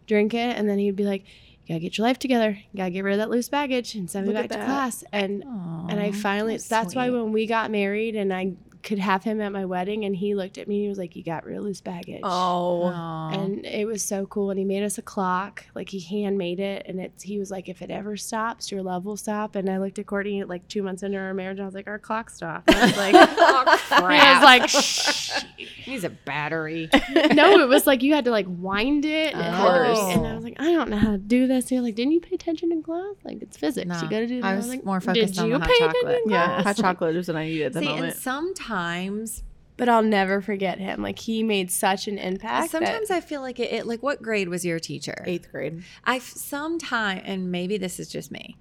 Speaker 3: drink it and then he'd be like, "You gotta get your life together. You gotta get rid of that loose baggage and send me
Speaker 1: Look at
Speaker 3: back to
Speaker 1: that.
Speaker 3: class." And and I finally that's, why when we got married and I could have him at my wedding and he looked at me and he was like, "You got real loose baggage."
Speaker 1: oh
Speaker 3: And it was so cool. And he made us a clock, like he handmade it. And it's he was like, if it ever stops, your love will stop. And I looked at Courtney like two months into our marriage, and I was like, our clock stopped. And I was
Speaker 1: Oh.
Speaker 3: like, I was like, Shh.
Speaker 2: he's a battery.
Speaker 3: no, it was like you had to like wind it. and-
Speaker 1: course.
Speaker 3: And I was like, I don't know how to do this. And you're like, didn't you pay attention in class? Like it's physics.
Speaker 2: Nah,
Speaker 3: you gotta do. that.
Speaker 2: I was more focused
Speaker 3: did
Speaker 2: on
Speaker 3: you
Speaker 2: the hot
Speaker 3: pay
Speaker 2: chocolate.
Speaker 3: attention in
Speaker 1: yeah,
Speaker 3: class?
Speaker 1: hot chocolate is what I needed at the
Speaker 2: See,
Speaker 1: moment.
Speaker 2: and sometimes,
Speaker 3: But I'll never forget him. Like he made such an impact.
Speaker 2: sometimes
Speaker 3: that-
Speaker 2: I feel like it, it. Like, what grade was your teacher?
Speaker 1: Eighth grade.
Speaker 2: I sometime, and maybe this is just me.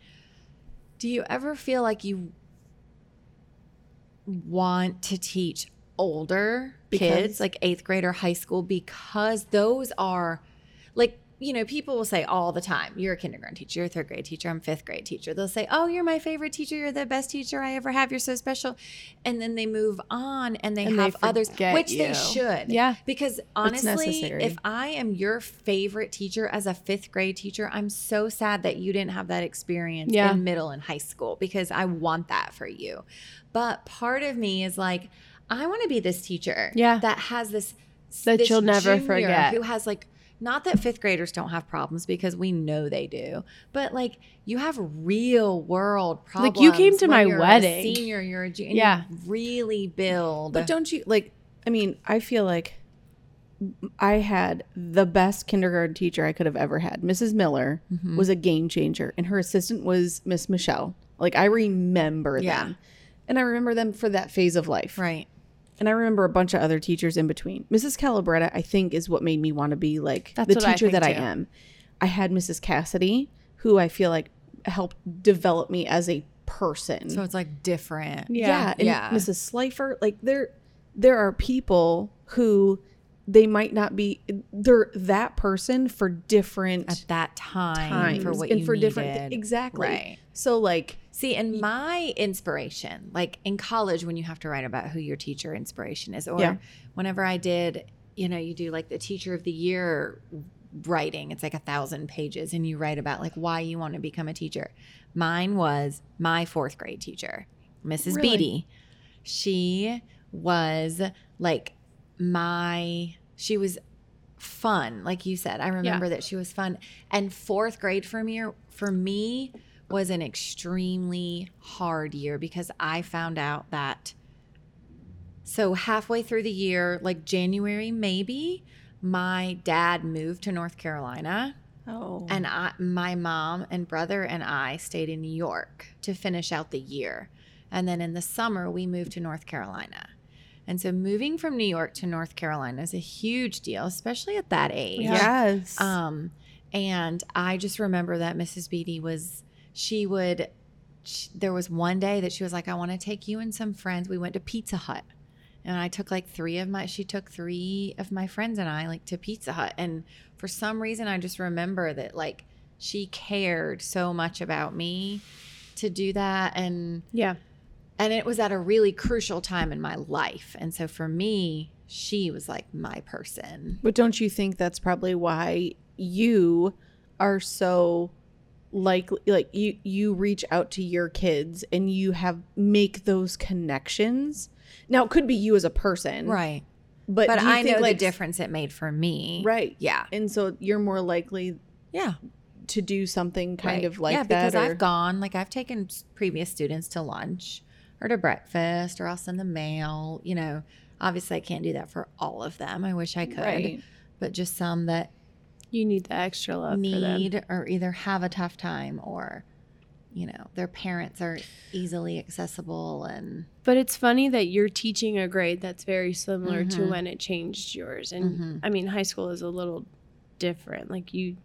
Speaker 2: Do you ever feel like you want to teach older
Speaker 1: Because-
Speaker 2: kids, like eighth grade or high school, because those are like, you know, people will say all the time, you're a kindergarten teacher, you're a third grade teacher, I'm fifth grade teacher. They'll say, oh, you're my favorite teacher, you're the best teacher I ever have, you're so special. And then they move on and they
Speaker 3: And they
Speaker 2: have others,
Speaker 3: forget
Speaker 2: which they
Speaker 3: you.
Speaker 2: should.
Speaker 3: Yeah.
Speaker 2: Because honestly,
Speaker 1: necessary.
Speaker 2: if I am your favorite teacher as a fifth grade teacher, I'm so sad that you didn't have that experience
Speaker 3: Yeah.
Speaker 2: in middle and high school because I want that for you. But part of me is like, I want to be this teacher
Speaker 3: Yeah.
Speaker 2: that has this
Speaker 3: That
Speaker 2: this
Speaker 3: you'll never
Speaker 2: junior
Speaker 3: forget.
Speaker 2: Who has like not that fifth graders don't have problems because we know they do, but like you have real world problems.
Speaker 3: Like, you came to
Speaker 2: when
Speaker 3: my
Speaker 2: you're a
Speaker 3: wedding.
Speaker 2: senior, you're a junior. Yeah,
Speaker 3: Yeah.
Speaker 2: really build.
Speaker 1: But don't you like? I mean, I feel like I had the best kindergarten teacher I could have ever had. Mrs. Miller
Speaker 2: Mhm.
Speaker 1: was a game changer, and her assistant was Miss Michelle. Like I remember
Speaker 2: Yeah.
Speaker 1: them, and I remember them for that phase of life.
Speaker 2: right.
Speaker 1: And I remember a bunch of other teachers in between. Mrs. Calabretta, I think, is what made me want to be like
Speaker 3: That's
Speaker 1: the
Speaker 3: what I
Speaker 1: teacher that
Speaker 3: think,
Speaker 1: I
Speaker 3: too.
Speaker 1: am. I had Mrs. Cassidy, who I feel like helped develop me as a person
Speaker 2: So it's like different.
Speaker 3: Yeah.
Speaker 1: yeah, and
Speaker 2: Yeah.
Speaker 1: Mrs. Slifer, like there, there are people who they might not be. They're that person for different
Speaker 2: at that time
Speaker 1: times
Speaker 2: for what
Speaker 1: and
Speaker 2: you
Speaker 1: for different
Speaker 2: needed.
Speaker 1: thi- exactly.
Speaker 2: Right.
Speaker 1: So like,
Speaker 2: See, and my inspiration, like in college, when you have to write about who your teacher inspiration is, or
Speaker 1: Yeah.
Speaker 2: whenever I did, you know, you do like the teacher of the year writing, it's like a thousand pages, and you write about like why you want to become a teacher. Mine was my fourth grade teacher, Mrs.
Speaker 1: Really?
Speaker 2: Beatty. She was like my, she was fun like you said i remember that she was fun and fourth grade for me for me was an extremely hard year because i found out that so halfway through the year like january maybe my dad moved to north carolina
Speaker 1: oh,
Speaker 2: and I, my mom and brother and I stayed in New York to finish out the year. And then in the summer, we moved to North Carolina. And so moving from New York to North Carolina is a huge deal, especially at that age.
Speaker 1: yes,
Speaker 2: Um, and I just remember that Mrs. Beatty was, she would, sh there was one day that she was like, I want to take you and some friends. We went to Pizza Hut. And I took like three of my, she took three of my friends and I like to Pizza Hut. And for some reason, I just remember that like she cared so much about me to do that. And,
Speaker 3: Yeah.
Speaker 2: and it was at a really crucial time in my life. And so for me, she was like my person.
Speaker 1: but don't you think that's probably why you are so likely like you you reach out to your kids and you have make those connections now it could be you as a person
Speaker 2: Right.
Speaker 1: but,
Speaker 2: but
Speaker 1: do you
Speaker 2: I
Speaker 1: think,
Speaker 2: know
Speaker 1: like,
Speaker 2: the difference it made for me.
Speaker 1: right
Speaker 2: Yeah.
Speaker 1: and so you're more likely
Speaker 2: Yeah.
Speaker 1: to do something kind
Speaker 2: Right.
Speaker 1: of like
Speaker 2: yeah,
Speaker 1: that.
Speaker 2: because
Speaker 1: or-
Speaker 2: I've gone like I've taken s- previous students to lunch or to breakfast or I'll send them mail. You know, obviously I can't do that for all of them. I wish I could,
Speaker 1: Right.
Speaker 2: but just some that
Speaker 3: You need the extra love for them.
Speaker 2: need or either have a tough time or you know their parents are easily accessible and
Speaker 3: But it's funny that you're teaching a grade that's very similar to
Speaker 2: Mhm.
Speaker 3: when it changed yours. And
Speaker 2: Mhm.
Speaker 3: I mean, high school is a little different. Like you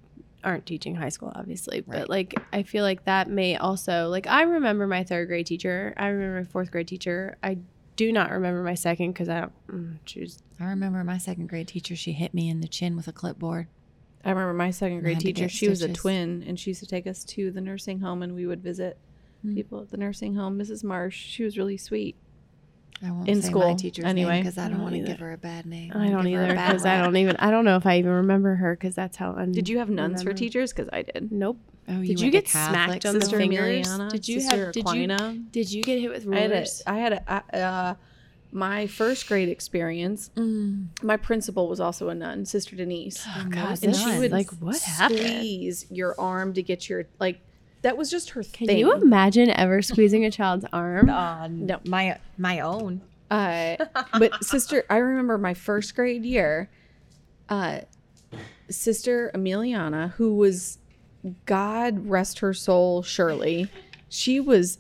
Speaker 3: aren't teaching high school obviously,
Speaker 2: Right.
Speaker 3: but like I feel like that may also like I remember my 3rd grade teacher, I remember my 4th grade teacher. I do not remember my 2nd cuz I don't mm, choose
Speaker 2: I remember my second grade teacher she hit me in the chin with a clipboard.
Speaker 1: I remember my second
Speaker 2: I
Speaker 1: grade
Speaker 2: had to
Speaker 1: teacher.
Speaker 2: get
Speaker 1: She was a
Speaker 2: stitches.
Speaker 1: twin, and she used to take us to the nursing home, and we would visit
Speaker 2: Hmm.
Speaker 1: people at the nursing home. Mrs. Marsh, she was really sweet.
Speaker 2: I won't
Speaker 1: In
Speaker 2: say my
Speaker 1: school,
Speaker 2: teacher's
Speaker 1: anyway.
Speaker 2: because I
Speaker 3: I
Speaker 2: don't
Speaker 3: don't
Speaker 2: want to
Speaker 3: either.
Speaker 2: give her a bad name.
Speaker 3: I don't
Speaker 2: give her a
Speaker 3: either
Speaker 2: bad
Speaker 3: because I
Speaker 2: rap.
Speaker 3: don't even I don't know if I even remember her because that's how un-
Speaker 1: Did you have nuns for
Speaker 3: Remember.
Speaker 1: teachers? Because I did.
Speaker 3: Nope.
Speaker 2: Oh,
Speaker 3: Did you
Speaker 2: went to
Speaker 3: get smacked
Speaker 2: Catholic
Speaker 3: on the
Speaker 2: school?
Speaker 3: Sister fingers? Did you
Speaker 1: Sister
Speaker 3: have- did you-
Speaker 1: Aquina.
Speaker 3: Did you get hit with
Speaker 1: I had a.
Speaker 3: rulers?
Speaker 1: I had a. Uh, my first grade experience.
Speaker 2: Mm.
Speaker 1: My principal was also a nun, Sister Denise.
Speaker 3: Oh, God,
Speaker 1: and
Speaker 2: that's
Speaker 1: she
Speaker 2: nuns.
Speaker 1: would
Speaker 3: like what happened?
Speaker 1: squeeze your arm to get your like. That was just her
Speaker 3: Can
Speaker 1: thing.
Speaker 3: you imagine ever squeezing a child's arm?
Speaker 2: no, my my own.
Speaker 1: Uh, but sister, I remember my first grade year. Uh, sister Emiliana, who was, God rest her soul, Shirley, she was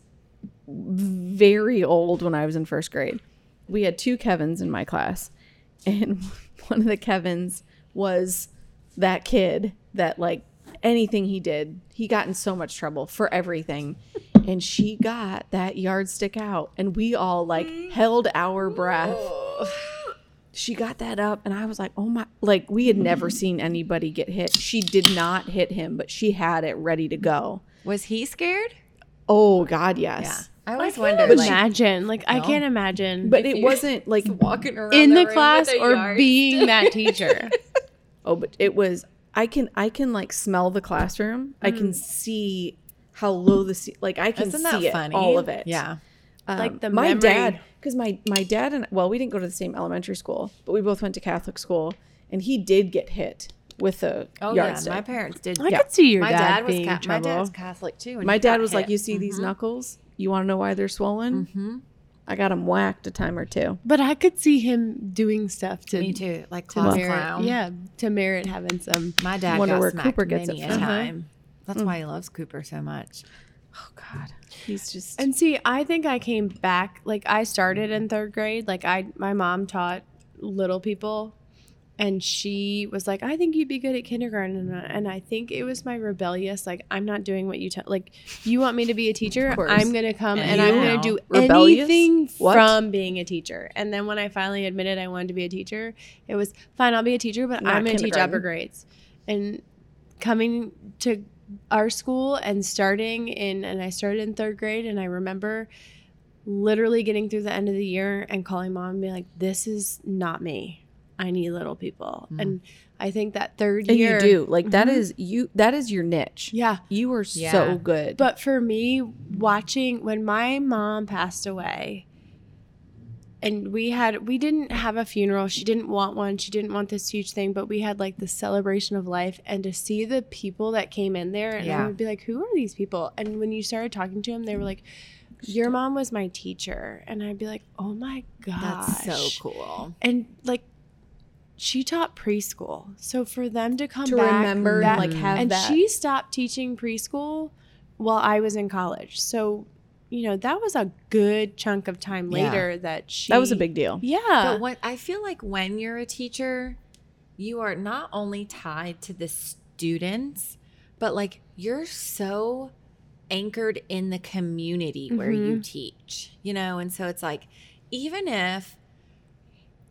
Speaker 1: very old when I was in first grade. We had two Kevins in my class, and one of the Kevins was that kid that like anything he did, he got in so much trouble for everything. and she got that yardstick out and we all like
Speaker 2: Mm.
Speaker 1: held our breath she got that up and i was like oh my like we had never
Speaker 2: Mm.
Speaker 1: seen anybody get hit she did not hit him but she had it ready to go
Speaker 2: Was he scared?
Speaker 1: oh god yes
Speaker 2: Yeah. I always
Speaker 3: I
Speaker 2: wonder.
Speaker 3: can't
Speaker 2: Like,
Speaker 3: imagine. Like, I
Speaker 2: No.
Speaker 3: can't imagine.
Speaker 1: but
Speaker 4: If
Speaker 1: it
Speaker 4: you-
Speaker 1: wasn't like
Speaker 4: walking around
Speaker 3: in the,
Speaker 4: room with
Speaker 3: class
Speaker 4: a
Speaker 3: or
Speaker 4: yard.
Speaker 3: being that teacher.
Speaker 1: oh but it was i can i can like smell the classroom i can see how low the sea like i can
Speaker 2: Mm. isn't that
Speaker 1: see it,
Speaker 2: funny?
Speaker 1: all of it
Speaker 2: Yeah.
Speaker 3: Like the
Speaker 1: my
Speaker 3: memory.
Speaker 1: dad because my my dad and well we didn't go to the same elementary school but we both went to catholic school and he did get hit with a
Speaker 2: Oh
Speaker 1: yardstick
Speaker 2: yeah.
Speaker 1: my,
Speaker 2: My parents did.
Speaker 3: I
Speaker 1: Yeah.
Speaker 3: could see your
Speaker 2: my
Speaker 3: dad,
Speaker 2: dad, was
Speaker 3: being in
Speaker 2: ca- my
Speaker 3: trouble.
Speaker 2: dad's Catholic too. and he
Speaker 1: dad
Speaker 2: got
Speaker 1: was like
Speaker 2: hit.
Speaker 1: you see these
Speaker 3: Mm-hmm.
Speaker 1: knuckles you want to know why they're swollen
Speaker 2: Mhm.
Speaker 1: i got them whacked a time or two
Speaker 3: but I could see him doing stuff to
Speaker 2: Me too. Like
Speaker 3: to
Speaker 2: claw
Speaker 3: merit-
Speaker 2: clown.
Speaker 3: Yeah, to merit having some.
Speaker 2: My dad
Speaker 1: Wonder
Speaker 2: got
Speaker 1: where
Speaker 2: smacked
Speaker 1: Cooper gets it
Speaker 2: many a
Speaker 1: from. Uh-huh.
Speaker 2: time. That's why he loves Cooper so much.
Speaker 1: oh god he's just
Speaker 3: And see, I think I came back. Like I started in third grade. Like I, my mom taught little people, and she was like, "I think you'd be good at kindergarten." And I, and I think it was my rebellious, like I'm not doing what you tell. Like you want me to be a teacher,
Speaker 1: course.
Speaker 3: I'm gonna come and, I'm
Speaker 2: Yeah.
Speaker 3: gonna do
Speaker 1: Rebellious?
Speaker 3: anything
Speaker 1: What?
Speaker 3: from being a teacher. And then when I finally admitted I wanted to be a teacher, it was fine. I'll be a teacher, but
Speaker 1: Not
Speaker 3: I'm gonna teach
Speaker 1: kindergarten.
Speaker 3: upper grades. And coming to our school and starting in and I started in third grade and I remember literally getting through the end of the year and calling mom and being like, This is not me. I need little people.
Speaker 2: Mm.
Speaker 3: And I think that third
Speaker 1: and
Speaker 3: year
Speaker 1: you do like that
Speaker 3: Mhm.
Speaker 1: is you that is your niche
Speaker 3: Yeah.
Speaker 1: you are
Speaker 2: Yeah.
Speaker 1: so good
Speaker 3: But for me, watching when my mom passed away, and we had we didn't have a funeral. She didn't want one. She didn't want this huge thing, but we had like the celebration of life and to see the people that came in there and
Speaker 2: Yeah.
Speaker 3: I would be like, "Who are these people?" And when you started talking to them, they were like, "Your mom was my teacher." And I'd be like, "Oh my gosh."
Speaker 2: That's so cool.
Speaker 3: And like she taught preschool. So for them to come
Speaker 1: to
Speaker 3: back
Speaker 1: remember
Speaker 3: that,
Speaker 1: and like have
Speaker 3: and
Speaker 1: that
Speaker 3: she stopped teaching preschool while I was in college. So, you know, that was a good chunk of time
Speaker 2: Yeah.
Speaker 3: later that she
Speaker 1: that was a big deal
Speaker 3: Yeah.
Speaker 2: But what I feel like when you're a teacher, you are not only tied to the students, but like you're so anchored in the community where
Speaker 3: Mm-hmm.
Speaker 2: you teach, you know? And so it's like, even if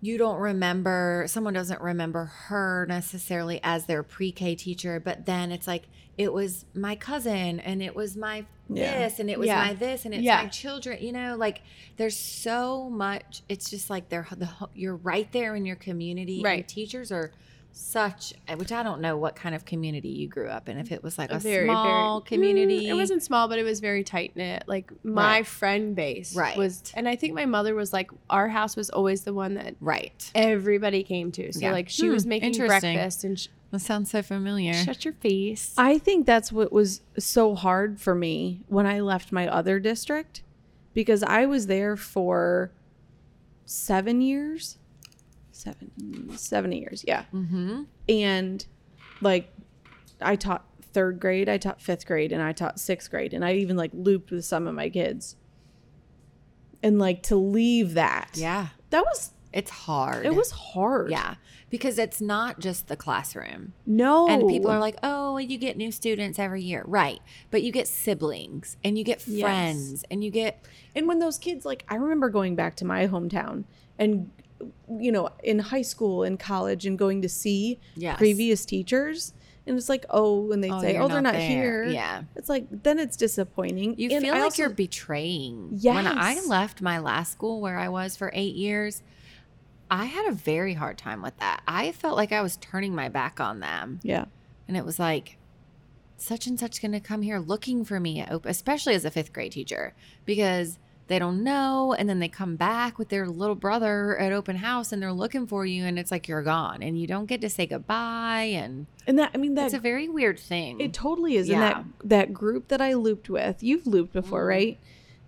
Speaker 2: you don't remember, someone doesn't remember her necessarily as their pre K teacher, but then it's like, it was my cousin and it was my
Speaker 1: Yeah.
Speaker 2: this and it was
Speaker 3: Yeah.
Speaker 2: my this and it's
Speaker 3: Yeah.
Speaker 2: my children you know like there's so much it's just like they're the, ho- you're right there in your community and
Speaker 3: Right.
Speaker 2: teachers are such eh, which i don't know what kind of community you grew up in if it was like a,
Speaker 3: very,
Speaker 2: small
Speaker 3: very,
Speaker 2: community
Speaker 3: Mm, it wasn't small, but it was very tight knit. Like my
Speaker 2: Right.
Speaker 3: friend base
Speaker 2: Right.
Speaker 3: was, and I think my mother was like, our house was always the one that
Speaker 2: right
Speaker 3: everybody came to. So
Speaker 2: Yeah.
Speaker 3: like she
Speaker 2: Hmm,
Speaker 3: was making
Speaker 2: interesting.
Speaker 3: breakfast and sh-
Speaker 2: that sounds so familiar
Speaker 3: shut your face.
Speaker 1: I think that's what was so hard for me when I left my other district because I was there for seven years. Seven, seven years, yeah.
Speaker 2: mm-hmm.
Speaker 1: And like I taught third grade, I taught fifth grade, and I taught sixth grade. And I even like looped with some of my kids. And like to leave that.
Speaker 2: yeah
Speaker 1: That was,
Speaker 2: it's hard
Speaker 1: it was hard.
Speaker 2: yeah because it's not just the classroom
Speaker 1: No.
Speaker 2: And people are like, oh, you get new students every year. Right. But you get siblings and you get
Speaker 1: Yes.
Speaker 2: friends and you get,
Speaker 1: And when those kids, like, I remember going back to my hometown and, you know, in high school and college and going to see
Speaker 2: Yes.
Speaker 1: previous teachers. And it's like, oh, and they
Speaker 2: Oh,
Speaker 1: say,
Speaker 2: you're
Speaker 1: oh, they're
Speaker 2: not
Speaker 1: not here.
Speaker 2: there. Yeah.
Speaker 1: It's like, then it's disappointing.
Speaker 2: you
Speaker 1: And
Speaker 2: feel
Speaker 1: I
Speaker 2: like
Speaker 1: also-
Speaker 2: you're betraying. When I
Speaker 1: Yes.
Speaker 2: left my last school where I was for eight years, I had a very hard time with that. I felt like I was turning my back on them.
Speaker 1: Yeah.
Speaker 2: And it was like, such and such going to come here looking for me, at Op- especially as a fifth grade teacher, because they don't know. And then they come back with their little brother at open house and they're looking for you. And it's like, you're gone and you don't get to say goodbye. And
Speaker 1: And that, I mean, that,
Speaker 2: it's a very weird thing.
Speaker 1: it totally is.
Speaker 2: Yeah.
Speaker 1: And that, that group that I looped with, you've looped before,
Speaker 2: Mhm.
Speaker 1: right?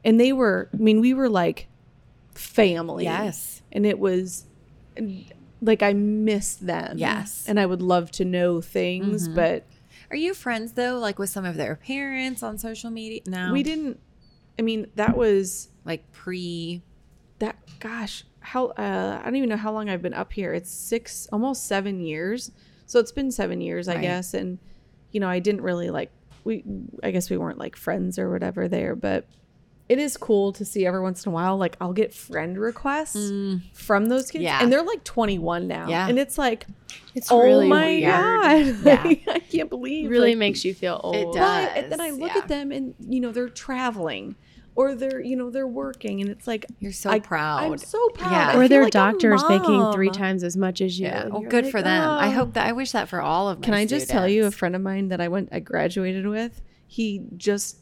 Speaker 1: And they were, I mean, we were like family.
Speaker 2: yes.
Speaker 1: and it was like I miss them.
Speaker 2: Yes.
Speaker 1: And I would love to know things,
Speaker 2: Mhm.
Speaker 1: but
Speaker 2: Are you friends though, like with some of their parents on social media? No.
Speaker 1: we didn't I mean, that was
Speaker 2: Like pre.
Speaker 1: that gosh, how uh I don't even know how long I've been up here. It's 6 almost 7 years. So it's been 7 years, I
Speaker 2: Right.
Speaker 1: guess, and you know, I didn't really like we I guess we weren't like friends or whatever there, but it is cool to see every once in a while. Like I'll get friend requests
Speaker 2: Mm,
Speaker 1: from those kids,
Speaker 2: Yeah.
Speaker 1: and they're like 21 now,
Speaker 2: Yeah.
Speaker 1: and it's like,
Speaker 3: It's
Speaker 1: oh
Speaker 3: really
Speaker 1: my
Speaker 3: weird.
Speaker 1: god,
Speaker 2: Yeah.
Speaker 1: Like, I can't believe
Speaker 3: It really
Speaker 1: like,
Speaker 3: makes you feel old.
Speaker 2: does.
Speaker 1: Right. And then I
Speaker 2: does,
Speaker 1: look
Speaker 2: yeah.
Speaker 1: at them, and you know they're traveling, or they're you know they're working, and it's like
Speaker 2: you're so
Speaker 1: I-
Speaker 2: proud.
Speaker 1: I'm so proud.
Speaker 2: Yeah.
Speaker 1: I
Speaker 2: Or
Speaker 3: Or
Speaker 1: feel
Speaker 3: their
Speaker 1: like a
Speaker 3: doctors making three
Speaker 1: mom.
Speaker 3: times as much as you.
Speaker 2: yeah.
Speaker 3: and
Speaker 2: Well,
Speaker 3: you're
Speaker 2: good
Speaker 3: like,
Speaker 2: for them. I
Speaker 3: "Oh."
Speaker 2: hope that I wish that for all of my
Speaker 1: Can I just tell you, a
Speaker 2: students.
Speaker 1: friend of mine that I went, I graduated with, he just,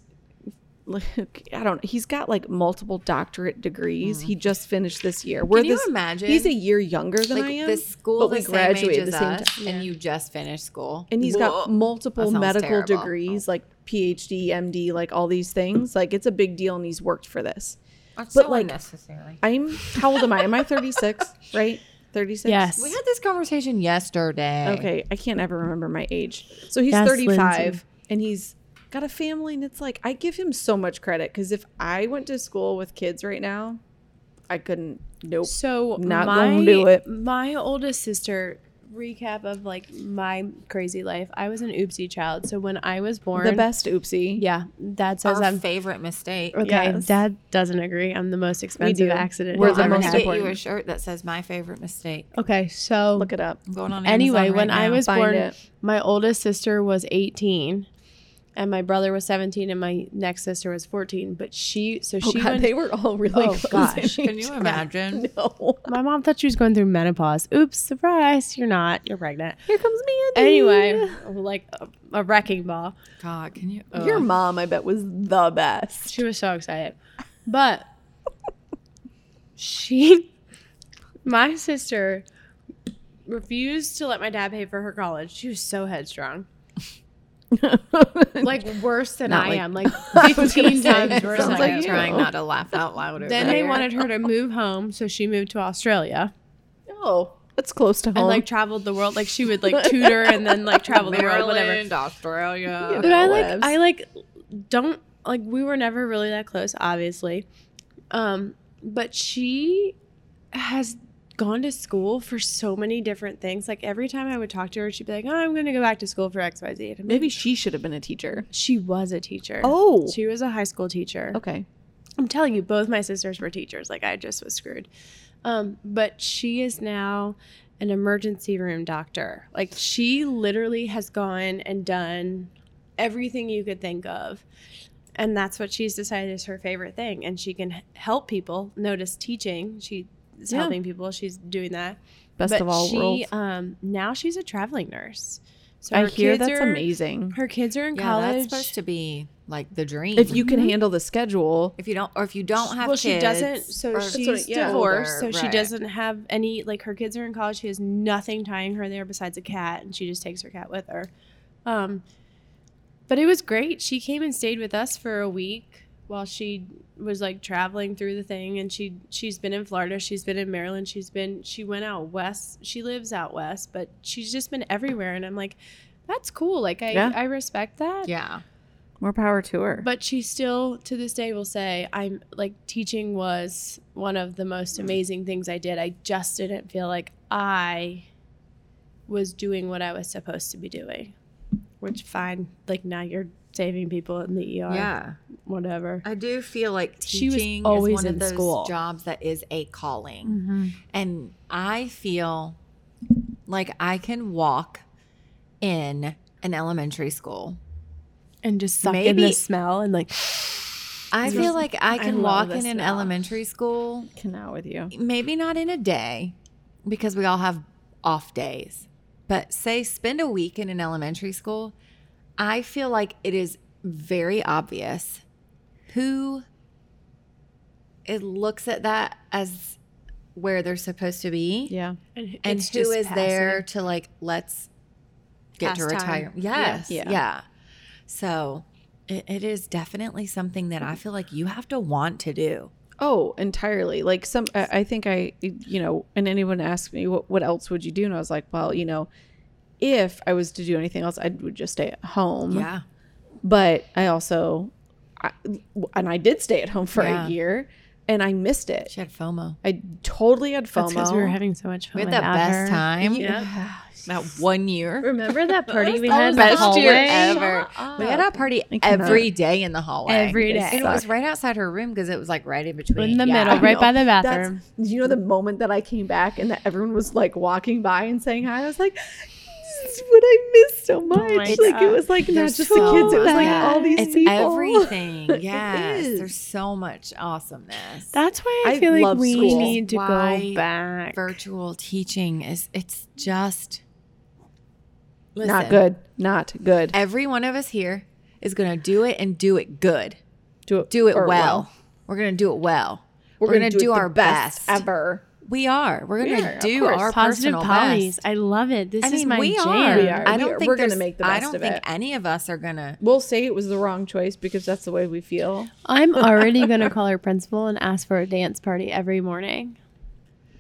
Speaker 1: like, I don't know, he's got like multiple doctorate degrees. He just finished this year. We're
Speaker 2: Can you
Speaker 1: this,
Speaker 2: imagine?
Speaker 1: He's a year younger than
Speaker 2: like
Speaker 1: I am,
Speaker 2: the school
Speaker 1: but we
Speaker 2: the
Speaker 1: graduated
Speaker 2: same age
Speaker 1: the
Speaker 2: as
Speaker 1: same
Speaker 2: us,
Speaker 1: time.
Speaker 2: and you just finished school.
Speaker 1: and he's got
Speaker 2: Whoa.
Speaker 1: multiple
Speaker 2: That sounds
Speaker 1: medical
Speaker 2: terrible.
Speaker 1: degrees, like PhD, MD, like all these things. Like it's a big deal, and he's worked for this.
Speaker 2: That's
Speaker 1: but,
Speaker 2: so
Speaker 1: like,
Speaker 2: unnecessary.
Speaker 1: I'm how old am I? Am I 36? Right, 36.
Speaker 3: Yes.
Speaker 2: we had this conversation yesterday.
Speaker 1: Okay, I can't ever remember my age. So he's
Speaker 3: Yes,
Speaker 1: 35
Speaker 3: Lindsay.
Speaker 1: and he's got a family and it's like I give him so much credit cuz if I went to school with kids right now, I couldn't nope.
Speaker 3: So
Speaker 1: Not
Speaker 3: my,
Speaker 1: gonna do it.
Speaker 3: My oldest sister. Recap of like my crazy life. I was an oopsie child. So when I was born,
Speaker 1: The best oopsie.
Speaker 3: yeah, dad says
Speaker 2: Our
Speaker 3: I'm
Speaker 2: favorite mistake.
Speaker 3: okay.
Speaker 1: Yes.
Speaker 3: Dad doesn't agree. I'm the most expensive
Speaker 1: do.
Speaker 3: accident.
Speaker 1: We're
Speaker 3: he'll
Speaker 1: the
Speaker 2: I'm
Speaker 3: ever
Speaker 1: most
Speaker 2: gonna
Speaker 3: have.
Speaker 2: get you a
Speaker 1: important.
Speaker 2: shirt that says "My favorite mistake."
Speaker 3: Okay, so
Speaker 1: Look it up.
Speaker 2: I'm going on.
Speaker 3: anyway,
Speaker 2: Amazon right
Speaker 3: when I
Speaker 2: now.
Speaker 3: was
Speaker 1: Find
Speaker 3: born,
Speaker 1: it.
Speaker 3: my oldest sister was 18 and my brother was 17 and my next sister was 14, but she so
Speaker 1: Oh
Speaker 3: she went
Speaker 1: were all really
Speaker 3: Oh, gosh.
Speaker 1: in
Speaker 2: can
Speaker 1: age.
Speaker 2: you imagine?
Speaker 1: No.
Speaker 3: my mom thought she was going through menopause. Oops, surprise, you're not. You're pregnant.
Speaker 1: Here comes me.
Speaker 3: Anyway, like a, a wrecking ball.
Speaker 2: God, can you?
Speaker 1: your
Speaker 2: ugh.
Speaker 1: mom I bet was the best.
Speaker 3: She was so excited. But she, my sister, refused to let my dad pay for her college. She was so headstrong. Like worse than
Speaker 2: Not
Speaker 3: I
Speaker 2: like-
Speaker 3: am. Like
Speaker 1: I was gonna
Speaker 3: 15
Speaker 1: say,
Speaker 3: times
Speaker 1: it
Speaker 3: worse
Speaker 1: sounds
Speaker 3: than
Speaker 1: like
Speaker 3: I am.
Speaker 1: you.
Speaker 2: trying not to laugh out loud. Over
Speaker 3: Then they
Speaker 2: there.
Speaker 3: wanted her to move home, so she moved to Australia
Speaker 1: oh, that's close to
Speaker 3: and
Speaker 1: home.
Speaker 3: like traveled the world. Like she would like tutor and then like travel the world, whatever.
Speaker 2: Maryland, Australia.
Speaker 1: Yeah,
Speaker 3: But I like
Speaker 1: Whatevs.
Speaker 3: I like don't like we were never really that close, obviously. Um, but she has gone to school for so many different things. Like every time I would talk to her, she'd be like, "Oh, I'm going to go back to school for X, Y, Z." And I'm like,
Speaker 1: Maybe she should have been a teacher.
Speaker 3: she was a teacher.
Speaker 1: Oh.
Speaker 3: she was a high school teacher.
Speaker 1: Okay.
Speaker 3: I'm telling you, both my sisters were teachers. Like I just was screwed. Um, but she is now an emergency room doctor. Like she literally has gone and done everything you could think of. And that's what she's decided is her favorite thing. And she can h- help people. Notice teaching. She's
Speaker 1: Yeah.
Speaker 3: helping people. She's doing that.
Speaker 1: Best
Speaker 3: but
Speaker 1: of all
Speaker 3: she,
Speaker 1: worlds.
Speaker 3: Um, now she's a traveling nurse. So
Speaker 1: I
Speaker 3: her
Speaker 1: hear
Speaker 3: kids
Speaker 1: that's
Speaker 3: are-
Speaker 1: amazing.
Speaker 3: Her kids are in
Speaker 2: Yeah,
Speaker 3: college.
Speaker 2: that's supposed to be like the dream.
Speaker 1: If you can
Speaker 3: mm-hmm.
Speaker 1: handle the schedule,
Speaker 2: if you don't, or if you don't have
Speaker 3: well
Speaker 2: kids,
Speaker 3: she doesn't so
Speaker 2: or-
Speaker 3: she's
Speaker 1: what- yeah.
Speaker 3: divorced so
Speaker 2: Older,
Speaker 3: she
Speaker 2: right.
Speaker 3: doesn't have any like her kids are in college she has nothing tying her there besides a cat and she just takes her cat with her um but it was great she came and stayed with us for a week while she was like traveling through the thing and she she's been in Florida she's been in Maryland she's been she went out west she lives out west but she's just been everywhere and I'm like that's cool like I
Speaker 1: Yeah.
Speaker 3: I respect that
Speaker 2: Yeah,
Speaker 1: more power to her.
Speaker 3: but she still, to this day, will say, I'm like teaching was one of the most
Speaker 2: Mm.
Speaker 3: amazing things I did. I just didn't feel like I was doing what I was supposed to be doing, which fine. Like now you're saving people in the ER,
Speaker 2: yeah.
Speaker 3: whatever.
Speaker 2: I do feel like
Speaker 3: She was
Speaker 2: teaching
Speaker 3: always
Speaker 2: is one
Speaker 3: in
Speaker 2: of those
Speaker 3: school.
Speaker 2: jobs that is a calling. And I feel like I can walk in an elementary school.
Speaker 3: And just suck in
Speaker 2: Maybe-
Speaker 3: the smell and like,
Speaker 2: I
Speaker 3: Yes.
Speaker 2: feel like I
Speaker 3: I
Speaker 2: can
Speaker 3: love
Speaker 2: walk in
Speaker 3: this
Speaker 2: an
Speaker 3: now.
Speaker 2: elementary school,
Speaker 1: Cannot with you.
Speaker 2: maybe not in a day because we all have off days. But say spend a week in an elementary school, I feel like it is very obvious who it looks at that as where they're supposed to be.
Speaker 1: Yeah.
Speaker 3: and,
Speaker 2: and
Speaker 3: it's
Speaker 2: who
Speaker 3: just
Speaker 2: is there
Speaker 3: passing.
Speaker 2: to like let's get to
Speaker 3: Pastime.
Speaker 2: retire yes yeah,
Speaker 1: Yeah.
Speaker 2: so it, it is definitely something that i feel like you have to want to do
Speaker 1: Oh, entirely. Like some, I I think I, you know, and anyone asked me what what else would you do, and I was like, well, you know, if I was to do anything else, I would just stay at home.
Speaker 2: yeah
Speaker 1: But I also, I, and I did stay at home for
Speaker 2: Yeah.
Speaker 1: a year, and I missed it.
Speaker 2: She had FOMO.
Speaker 1: I totally had
Speaker 3: That's because
Speaker 1: FOMO.
Speaker 3: we were having so much fun.
Speaker 2: We had the
Speaker 3: without
Speaker 2: best
Speaker 3: her.
Speaker 2: time.
Speaker 1: Yeah.
Speaker 2: About one year.
Speaker 3: Remember that party we had?
Speaker 2: That
Speaker 3: in
Speaker 2: was
Speaker 3: the
Speaker 2: the best year
Speaker 3: hallway?
Speaker 2: ever.
Speaker 3: Shut
Speaker 2: We had
Speaker 3: up.
Speaker 2: a party
Speaker 1: I cannot.
Speaker 2: every day in the hallway.
Speaker 3: Every day.
Speaker 2: And it was right outside her room because it was like right in between.
Speaker 3: in the
Speaker 2: Yeah.
Speaker 3: middle,
Speaker 1: I
Speaker 3: right by the
Speaker 1: That's
Speaker 3: bathroom.
Speaker 1: you know the moment that I came back and that everyone was like walking by and saying hi. I was like, this is what I missed
Speaker 2: Oh
Speaker 1: so much.
Speaker 3: my
Speaker 1: like
Speaker 3: God.
Speaker 1: it was like not
Speaker 2: There's
Speaker 1: just the
Speaker 2: so
Speaker 1: kids. It was like
Speaker 2: much.
Speaker 1: all these
Speaker 2: it's
Speaker 1: people.
Speaker 2: everything.
Speaker 1: It
Speaker 2: Yes.
Speaker 1: is.
Speaker 2: There's so much awesomeness.
Speaker 3: That's why I,
Speaker 1: I
Speaker 3: feel like
Speaker 1: love
Speaker 3: we
Speaker 1: school.
Speaker 3: need to
Speaker 2: Why
Speaker 3: go back.
Speaker 2: virtual teaching is it's just
Speaker 1: Not
Speaker 2: Listen,
Speaker 1: good. Not good.
Speaker 2: Every one of us here is going to do it and do it good.
Speaker 1: Do it,
Speaker 2: Do it
Speaker 1: or
Speaker 2: well. We're going to do it well.
Speaker 1: We're,
Speaker 2: We're
Speaker 1: gonna, do,
Speaker 2: do
Speaker 1: it the
Speaker 2: our best.
Speaker 1: ever.
Speaker 2: We are. We're
Speaker 1: We
Speaker 2: going
Speaker 1: are,
Speaker 2: to
Speaker 1: of
Speaker 2: do
Speaker 1: course.
Speaker 2: our
Speaker 3: Positive
Speaker 2: personal
Speaker 3: polys.
Speaker 2: best.
Speaker 3: I love it. This
Speaker 2: I
Speaker 3: is
Speaker 2: mean,
Speaker 3: my
Speaker 2: we
Speaker 3: jam.
Speaker 2: are.
Speaker 1: We are.
Speaker 2: I
Speaker 1: We
Speaker 2: don't
Speaker 1: are.
Speaker 2: think
Speaker 1: We're gonna
Speaker 2: there's-
Speaker 1: make the
Speaker 2: I
Speaker 1: best
Speaker 2: don't
Speaker 1: of
Speaker 2: think
Speaker 1: it.
Speaker 2: any of us are going to.
Speaker 1: We'll say it was the wrong choice because that's the way we feel.
Speaker 3: I'm already going to call our principal and ask for a dance party every morning.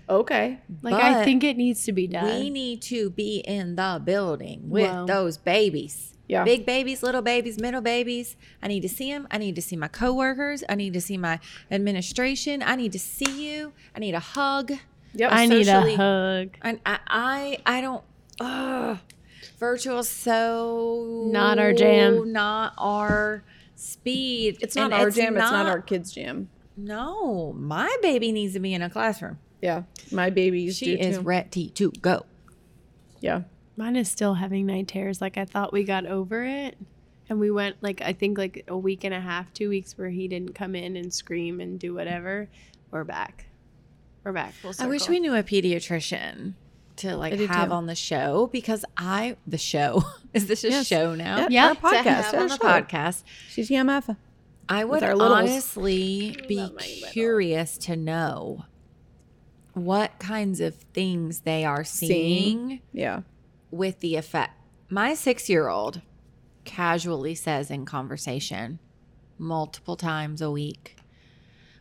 Speaker 1: Okay.
Speaker 3: Like, I
Speaker 2: But
Speaker 3: think it needs to be done.
Speaker 2: We need to be in the building with
Speaker 3: Wow.
Speaker 2: those babies.
Speaker 1: Yeah.
Speaker 2: Big babies, little babies, middle babies. I need to see them. I need to see my coworkers. I need to see my administration. I need to see you. I need a hug.
Speaker 1: Yep.
Speaker 3: I need
Speaker 2: socially-
Speaker 3: a hug.
Speaker 2: And I, I, I don't. Ugh, virtual so
Speaker 3: Not our jam.
Speaker 2: Not our speed.
Speaker 1: it's not
Speaker 2: And
Speaker 1: our jam. it's not our kids' jam.
Speaker 2: No, my baby needs to be in a classroom.
Speaker 1: Yeah. My babies
Speaker 2: She
Speaker 1: do
Speaker 2: is
Speaker 1: too.
Speaker 2: ready to go.
Speaker 1: yeah.
Speaker 3: Mine is still having night terrors. Like I thought we got over it. And we went like I think like a week and a half, two weeks where he didn't come in and scream and do whatever. We're back. We're back. Full
Speaker 2: I wish
Speaker 3: circle.
Speaker 2: we knew a pediatrician to like
Speaker 1: I do
Speaker 2: have
Speaker 1: too.
Speaker 2: on the show because I the show is this a show
Speaker 1: Yeah.
Speaker 2: now?
Speaker 3: Yeah.
Speaker 1: Our
Speaker 2: To
Speaker 1: podcast.
Speaker 2: have on
Speaker 1: our
Speaker 2: the
Speaker 1: show.
Speaker 2: podcast.
Speaker 1: She's YMF.
Speaker 2: I would
Speaker 1: our littles.
Speaker 2: honestly be
Speaker 3: love my little.
Speaker 2: curious to know what kinds of things they are
Speaker 1: Seeing.
Speaker 2: seeing
Speaker 1: Yeah.
Speaker 2: with the effect. My six year old casually says in conversation multiple times a week,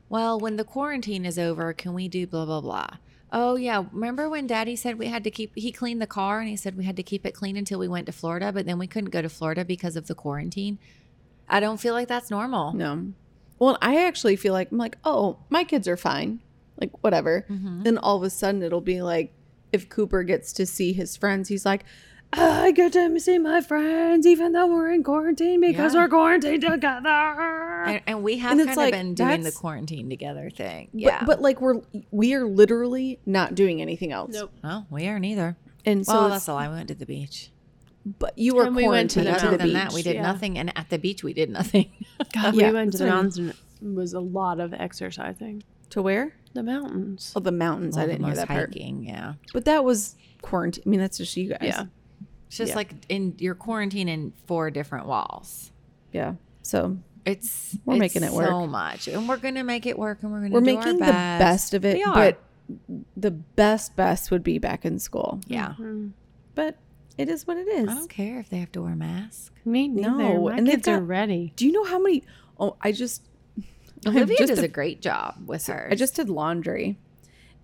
Speaker 2: Well, when the quarantine is over, can we do blah, blah, blah? Oh, yeah. Remember when daddy said we had to keep, he cleaned the car and he said we had to keep it clean until we went to Florida, but then we couldn't go to Florida because of the quarantine? I don't feel like that's normal.
Speaker 1: No. Well, I actually feel like I'm like, oh, my kids are fine. Like, whatever.
Speaker 2: Mm-hmm.
Speaker 1: Then all of a sudden it'll be like, if Cooper gets to see his friends, he's like, I get to see my friends even though we're in quarantine because
Speaker 2: Yeah.
Speaker 1: we're quarantined together.
Speaker 2: And, and we have
Speaker 1: And it's
Speaker 2: kind of
Speaker 1: like,
Speaker 2: been doing the
Speaker 1: that's-
Speaker 2: quarantine together thing.
Speaker 1: But-
Speaker 2: Yeah.
Speaker 1: But, like we're we are literally not doing anything else.
Speaker 3: Nope.
Speaker 2: no, we aren't either.
Speaker 1: And so
Speaker 2: well,
Speaker 1: it's-
Speaker 2: that's all. I went to the beach.
Speaker 1: but you were
Speaker 3: And we went to
Speaker 1: quarantined
Speaker 3: the
Speaker 2: But
Speaker 1: to
Speaker 2: other
Speaker 1: the,
Speaker 2: than
Speaker 1: beach.
Speaker 2: that, we did
Speaker 3: yeah.
Speaker 2: nothing. And at the beach, we did nothing.
Speaker 3: God,
Speaker 1: Yeah,
Speaker 3: we went to
Speaker 1: that's
Speaker 3: the
Speaker 1: what I mean.
Speaker 3: mountains and it was a lot of exercising.
Speaker 1: to where?
Speaker 3: The mountains.
Speaker 1: Oh, the mountains. I
Speaker 2: Well, the
Speaker 1: didn't hear
Speaker 2: most
Speaker 1: that part.
Speaker 2: hiking, yeah.
Speaker 1: But that was quarantine. I mean, that's just you guys.
Speaker 3: Yeah.
Speaker 2: It's just
Speaker 1: Yeah.
Speaker 2: like in you're quarantining four different walls.
Speaker 1: Yeah. So
Speaker 2: It's
Speaker 1: We're
Speaker 2: it's
Speaker 1: making it work.
Speaker 2: so much, and we're gonna make it work, and we're gonna
Speaker 1: we're
Speaker 2: do
Speaker 1: making
Speaker 2: our
Speaker 1: the
Speaker 2: best.
Speaker 1: best of it.
Speaker 2: We are.
Speaker 1: But the best best would be back in school.
Speaker 2: yeah,
Speaker 3: Mm.
Speaker 1: But it is what it is.
Speaker 2: I don't care if they have to wear a mask.
Speaker 3: Me neither.
Speaker 1: No,
Speaker 3: My
Speaker 1: and they've
Speaker 3: kids are
Speaker 1: got-
Speaker 3: ready.
Speaker 1: Do you know how many? Oh, I just. I'm
Speaker 2: Olivia
Speaker 1: just
Speaker 2: does
Speaker 1: a-
Speaker 2: a, great job with her.
Speaker 1: I just did laundry,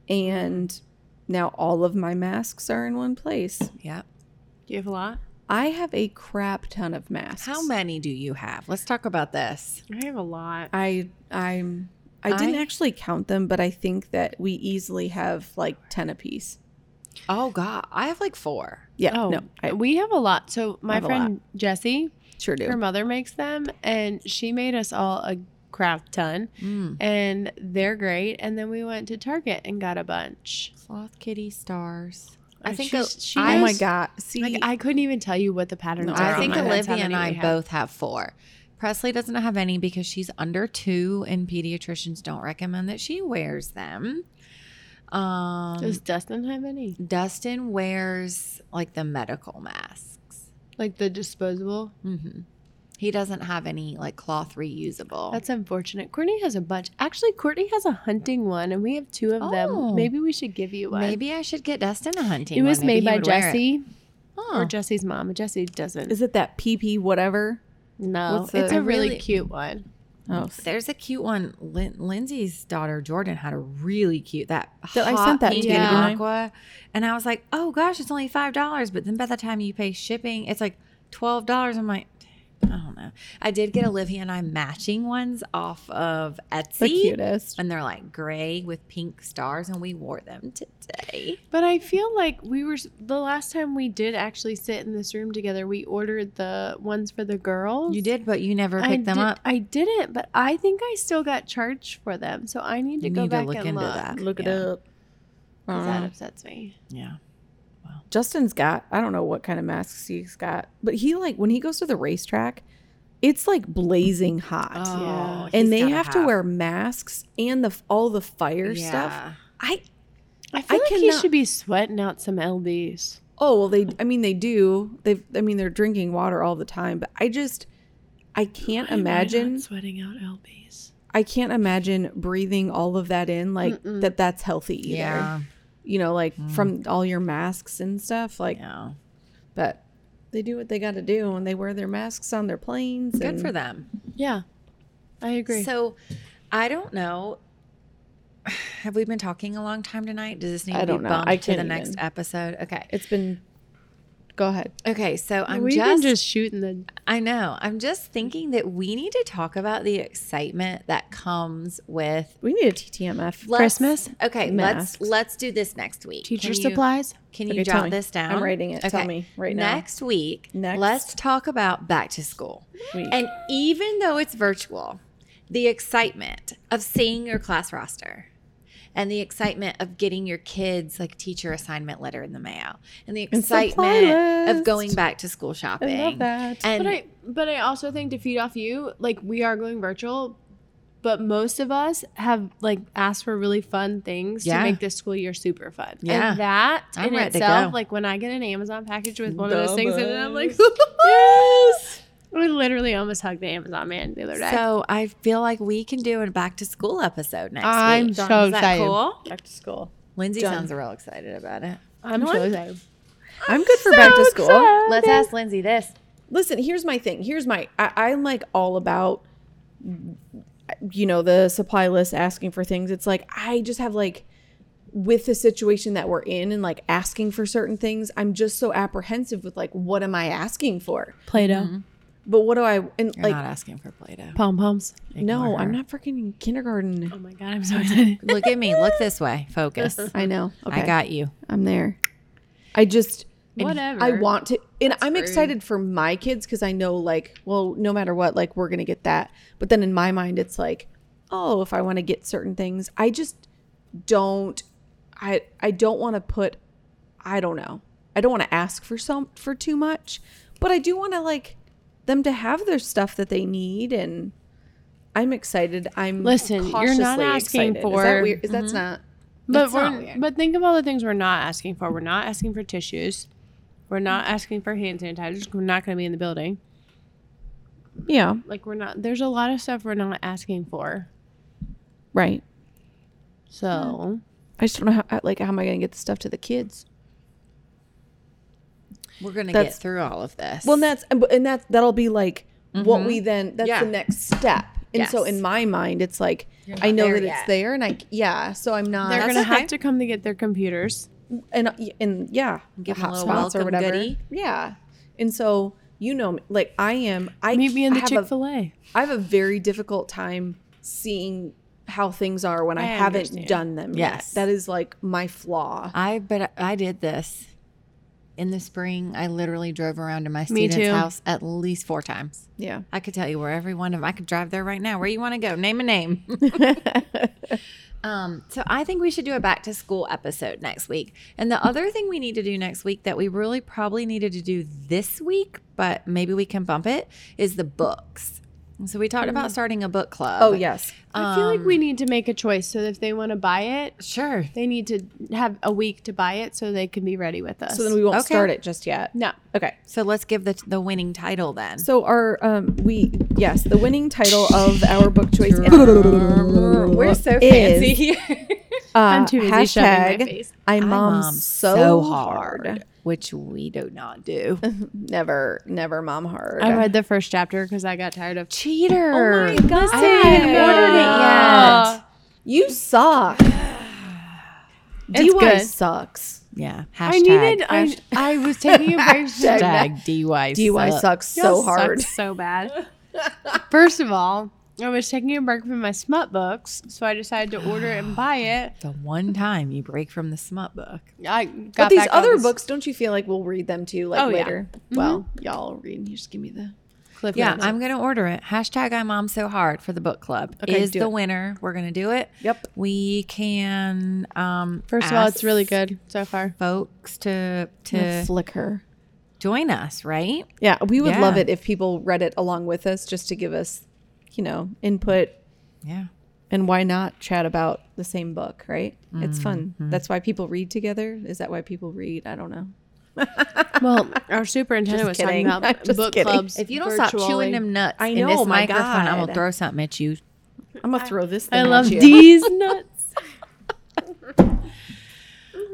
Speaker 1: and now all of my masks are in one place.
Speaker 2: yeah.
Speaker 3: Do you have a lot?
Speaker 1: I have a crap ton of masks.
Speaker 2: How many do you have? Let's talk about this.
Speaker 3: I have a lot.
Speaker 1: I I'm I didn't
Speaker 2: I-
Speaker 1: actually count them, but I think that we easily have like ten apiece.
Speaker 2: Oh God, I have like four.
Speaker 1: Yeah,
Speaker 3: oh,
Speaker 1: no, I
Speaker 3: we have a lot. So my
Speaker 1: have a lot.
Speaker 3: friend Jessie,
Speaker 1: sure
Speaker 3: her
Speaker 1: do.
Speaker 3: mother makes them, and she made us all a crap ton.
Speaker 2: Mm.
Speaker 3: and they're great. And then we went to Target and got a bunch.
Speaker 2: Sloth kitty stars. I
Speaker 3: Uh,
Speaker 2: think
Speaker 3: she's-
Speaker 2: a-
Speaker 3: she
Speaker 2: I-
Speaker 1: Oh my
Speaker 3: knows-
Speaker 1: god! See,
Speaker 3: Like I couldn't even tell you what the patterns
Speaker 1: No,
Speaker 3: are.
Speaker 2: I
Speaker 1: on
Speaker 2: think
Speaker 1: mine.
Speaker 3: That's how
Speaker 2: Olivia and
Speaker 3: many
Speaker 2: I
Speaker 3: we have.
Speaker 2: both have four. Presley doesn't have any because she's under two, and pediatricians don't recommend that she wears them. Um,
Speaker 3: Does Dustin have any?
Speaker 2: Dustin wears like the medical masks.
Speaker 3: Like the disposable?
Speaker 2: hmm He doesn't have any like cloth reusable.
Speaker 3: That's unfortunate. Courtney has a bunch. Actually, Courtney has a hunting one, and we have two of
Speaker 2: Oh.
Speaker 3: them. Maybe we should give you one.
Speaker 2: maybe I should get Dustin a hunting.
Speaker 3: It was
Speaker 2: one. Maybe
Speaker 3: made by
Speaker 2: he would wear it.
Speaker 3: Jesse
Speaker 2: Huh.
Speaker 3: or Jesse's mom. Jesse doesn't.
Speaker 1: is it that PP whatever?
Speaker 3: no,
Speaker 1: what's the-
Speaker 3: it's a
Speaker 2: I
Speaker 3: really,
Speaker 2: really-
Speaker 3: cute one.
Speaker 1: Oh,
Speaker 2: There's a cute one. Lin- Lindsay's daughter Jordan had a really cute that.
Speaker 1: That- I
Speaker 2: hot
Speaker 1: sent that to
Speaker 2: pink
Speaker 1: you,
Speaker 2: and
Speaker 1: didn't I?
Speaker 2: aqua, and I was like, oh gosh, it's only five dollars. But then by the time you pay shipping, it's like twelve dollars. I'm like, I don't know. I did get Olivia and I matching ones off of Etsee.
Speaker 1: The cutest.
Speaker 2: And they're like gray with pink stars, and we wore them today.
Speaker 3: But I feel like we were the last time we did actually sit in this room together. We ordered the ones for the girls.
Speaker 2: You did, but you never
Speaker 3: I
Speaker 2: picked them
Speaker 3: did-
Speaker 2: up.
Speaker 3: I didn't, but I think I still got charged for them, so I need to
Speaker 2: You
Speaker 3: go
Speaker 2: need to
Speaker 3: back
Speaker 2: look
Speaker 3: and
Speaker 2: into
Speaker 3: look. Uh-huh.
Speaker 2: that.
Speaker 1: Look it
Speaker 2: Yeah.
Speaker 1: up. I
Speaker 3: 'cause
Speaker 1: don't
Speaker 3: That
Speaker 1: know.
Speaker 3: upsets me.
Speaker 2: Yeah.
Speaker 1: Justin's got I don't know what kind of masks he's got, but he like when he goes to the racetrack, it's like blazing hot.
Speaker 2: Oh,
Speaker 3: Yeah.
Speaker 1: and they have, to wear masks and the all the fire stuff.
Speaker 2: stuff.
Speaker 1: I
Speaker 3: I feel like he
Speaker 1: cannot-
Speaker 3: should be sweating out some lbs.
Speaker 1: oh well they I mean they do. They've I mean they're drinking water all the time, but I just I can't
Speaker 3: Why am I not
Speaker 1: imagine
Speaker 3: sweating out lbs.
Speaker 1: I can't imagine breathing all of that in like
Speaker 3: Mm-mm.
Speaker 1: that that's healthy either.
Speaker 2: Yeah.
Speaker 1: You know, like
Speaker 2: Mm.
Speaker 1: from all your masks and stuff. Like
Speaker 2: yeah.
Speaker 1: but they do what they gotta do and they wear their masks on their planes.
Speaker 2: Good
Speaker 1: and-
Speaker 2: for them.
Speaker 3: Yeah, I agree.
Speaker 2: So I don't know. Have we been talking a long time tonight? Does this need
Speaker 1: I
Speaker 2: to be
Speaker 1: don't know.
Speaker 2: bumped
Speaker 1: I
Speaker 2: to the
Speaker 1: can't
Speaker 2: next
Speaker 1: even.
Speaker 2: episode? Okay.
Speaker 1: It's been. Go ahead.
Speaker 2: Okay. So I'm
Speaker 3: We've
Speaker 2: just,
Speaker 3: been just shooting the
Speaker 2: I know. I'm just thinking that we need to talk about the excitement that comes with
Speaker 1: We need a TTMF.
Speaker 2: let's-
Speaker 3: Christmas
Speaker 2: Okay,
Speaker 1: masks.
Speaker 2: let's let's do this next week.
Speaker 3: teacher
Speaker 2: can you,
Speaker 3: supplies.
Speaker 2: Can you
Speaker 1: Okay, tell
Speaker 2: jot
Speaker 1: me.
Speaker 2: this down?
Speaker 1: I'm writing it. Tell
Speaker 2: Okay.
Speaker 1: me right now.
Speaker 2: next week.
Speaker 1: Next.
Speaker 2: Let's talk about back to school.
Speaker 1: Week.
Speaker 2: And even though it's virtual, the excitement of seeing your class roster and the excitement of getting your kids like teacher assignment letter in the mail and the
Speaker 1: And supply
Speaker 2: excitement of
Speaker 1: list.
Speaker 2: going back to school shopping.
Speaker 1: I love that.
Speaker 2: And
Speaker 3: But I but I also think to feed off you, like we are going virtual, but most of us have like asked for really fun things
Speaker 2: Yeah.
Speaker 3: to make this school year super fun.
Speaker 2: Yeah.
Speaker 3: And that
Speaker 2: I'm
Speaker 3: in
Speaker 2: ready to go.
Speaker 3: itself, like when I get an Amazon package with one of those things in it, I'm like
Speaker 1: yes.
Speaker 3: I literally almost hugged the Amazon man the other day.
Speaker 2: so I feel like we can do a back to school episode next
Speaker 3: I'm
Speaker 2: week.
Speaker 3: so
Speaker 2: Is that
Speaker 3: excited.
Speaker 2: cool?
Speaker 1: Back to school.
Speaker 2: Lindsay
Speaker 1: Done.
Speaker 2: sounds real excited about it.
Speaker 3: I'm so excited.
Speaker 1: I'm good for back to school.
Speaker 2: Let's ask Lindsay this.
Speaker 1: Listen, here's my thing. Here's my. I, I'm like all about, you know, the supply list asking for things. It's like I just have like, with the situation that we're in and like asking for certain things, I'm just so apprehensive with like, what am I asking for?
Speaker 3: Play-doh,
Speaker 1: But what do I and
Speaker 2: You're
Speaker 1: like?
Speaker 2: not asking for Play-Doh.
Speaker 3: pom poms.
Speaker 1: No,
Speaker 2: Ignore
Speaker 1: I'm
Speaker 2: her.
Speaker 1: not freaking in kindergarten.
Speaker 3: Oh my god, I'm so excited.
Speaker 2: Look at me. Look this way. Focus.
Speaker 1: I know.
Speaker 2: I got you.
Speaker 1: I'm there. I just
Speaker 3: Whatever.
Speaker 1: I want to and I'm
Speaker 3: rude.
Speaker 1: excited for my kids cuz I know like well no matter what like we're going to get that. But then in my mind it's like oh if I want to get certain things I just don't I I don't want to put I don't know. I don't want to ask for some for too much, but I do want to like them to have their stuff that they need and I'm excited. I'm
Speaker 3: Listen, you're not
Speaker 1: cautiously
Speaker 3: asking
Speaker 1: excited. is
Speaker 3: for- Mm-hmm.
Speaker 1: that weird? Is that's not
Speaker 3: But
Speaker 1: It's
Speaker 3: we're,
Speaker 1: not weird.
Speaker 3: but think of all the things we're not asking for. We're not asking for tissues. We're not asking for hand sanitizers. 'cause We're not going to be in the building.
Speaker 1: yeah
Speaker 3: Like we're not. There's a lot of stuff we're not asking for.
Speaker 1: right. Hmm.
Speaker 3: So
Speaker 1: I just don't know how like how am I going to get the stuff to the kids?
Speaker 2: We're gonna
Speaker 1: That's-
Speaker 2: get through all of this.
Speaker 1: Well, and that's and that's that'll be like what we then that's
Speaker 2: Mm-hmm. Yeah.
Speaker 1: the next step. And so
Speaker 2: Yes.
Speaker 1: in my mind, it's like
Speaker 2: not
Speaker 1: I know
Speaker 2: there
Speaker 1: that
Speaker 2: yet.
Speaker 1: it's there, and I yeah. So I'm not
Speaker 3: they're
Speaker 2: That's
Speaker 3: going to
Speaker 2: okay.
Speaker 3: have to come to get their computers.
Speaker 1: and uh, and yeah,
Speaker 2: Give
Speaker 1: the
Speaker 2: them a little
Speaker 1: hotspots
Speaker 2: welcome goodie.
Speaker 1: Yeah, and so you know, me, like I am. I
Speaker 3: Meet me in the
Speaker 1: I have
Speaker 3: Chick
Speaker 1: a-
Speaker 3: Fil A.
Speaker 1: I have a very difficult time seeing how things are when I,
Speaker 3: I
Speaker 1: haven't
Speaker 3: understand.
Speaker 1: done them.
Speaker 2: Yes.
Speaker 1: yet. that is like my flaw.
Speaker 2: I but I did this in the spring. I literally drove around to my
Speaker 3: Me
Speaker 2: students'
Speaker 3: too.
Speaker 2: house at least four times.
Speaker 1: Yeah,
Speaker 2: I could tell you where every one of I could drive there right now. Where you want to go? Name a name. um, so I think we should do a back to school episode next week. And the other thing we need to do next week that we really probably needed to do this week, but maybe we can bump it, is the books. So we talked
Speaker 3: Mm.
Speaker 2: about starting a book club.
Speaker 1: Oh yes,
Speaker 3: I feel like we need to make a choice. So if they want to buy it,
Speaker 2: Sure.
Speaker 3: they need to have a week to buy it so they can be ready with us.
Speaker 1: so then we won't
Speaker 2: Okay.
Speaker 1: start it just yet.
Speaker 3: no.
Speaker 1: Okay.
Speaker 2: So let's give the the winning title then.
Speaker 1: So our um we yes the winning title of our book choice
Speaker 2: We're
Speaker 1: we're
Speaker 2: so fancy here.
Speaker 1: Uh,
Speaker 3: I'm too busy shoving my
Speaker 1: hashtag
Speaker 3: face.
Speaker 1: I mom, so, hard.
Speaker 2: Um, which we do not do.
Speaker 3: Oh
Speaker 1: Never never mom hard.
Speaker 3: I read the first chapter because I got tired of.
Speaker 2: Cheater!
Speaker 3: Oh my God.
Speaker 2: I haven't even ordered
Speaker 3: Oh.
Speaker 2: it yet.
Speaker 1: you suck.
Speaker 3: It's
Speaker 1: DY
Speaker 3: good.
Speaker 1: sucks.
Speaker 2: Yeah. Hashtag.
Speaker 3: I needed. I,
Speaker 2: hashtag,
Speaker 3: I was taking a break.
Speaker 1: Hashtag
Speaker 2: DUI.
Speaker 1: DUI
Speaker 2: sucks.
Speaker 1: sucks
Speaker 3: Y'all
Speaker 1: so
Speaker 3: suck
Speaker 1: hard.
Speaker 3: so bad. First of all, I was taking a break from my smut books, so I decided to order and buy it.
Speaker 2: The one time you break from the smut book.
Speaker 3: I got
Speaker 1: But these
Speaker 3: back on
Speaker 1: other
Speaker 3: this-
Speaker 1: books, don't you feel like we'll read them too, like
Speaker 3: Oh, yeah.
Speaker 1: later?
Speaker 3: Well,
Speaker 1: Well, y'all read. You just give me the.
Speaker 3: Cliff
Speaker 2: Yeah,
Speaker 3: Notes.
Speaker 2: I'm gonna order it. Hashtag I mom so hard for the book club
Speaker 1: Okay,
Speaker 2: is
Speaker 1: do
Speaker 2: the
Speaker 1: it.
Speaker 2: winner. We're gonna do it.
Speaker 1: Yep.
Speaker 2: We can um
Speaker 3: First of all, it's
Speaker 2: ask
Speaker 3: really good so far.
Speaker 2: folks to to
Speaker 1: Flickr.
Speaker 2: join us, right?
Speaker 1: Yeah, we would love
Speaker 2: Yeah.
Speaker 1: it if people read it along with us, just to give us, you know, input
Speaker 2: Yeah.
Speaker 1: and why not chat about the same book, right? It's fun. That's why people read together. Is that why people read? I don't know.
Speaker 3: Well, our superintendent
Speaker 1: Just
Speaker 3: was
Speaker 1: kidding.
Speaker 3: talking
Speaker 1: I'm
Speaker 3: about
Speaker 1: just
Speaker 3: book
Speaker 1: kidding.
Speaker 3: clubs.
Speaker 2: If you don't stop
Speaker 3: virtually.
Speaker 2: chewing them nuts
Speaker 1: I
Speaker 2: in
Speaker 1: know,
Speaker 2: this
Speaker 1: my
Speaker 2: microphone, I'm
Speaker 1: God.
Speaker 2: gonna throw something at you.
Speaker 1: I'm gonna throw this. Thing
Speaker 3: I
Speaker 1: at
Speaker 3: love
Speaker 1: you.
Speaker 3: these nuts.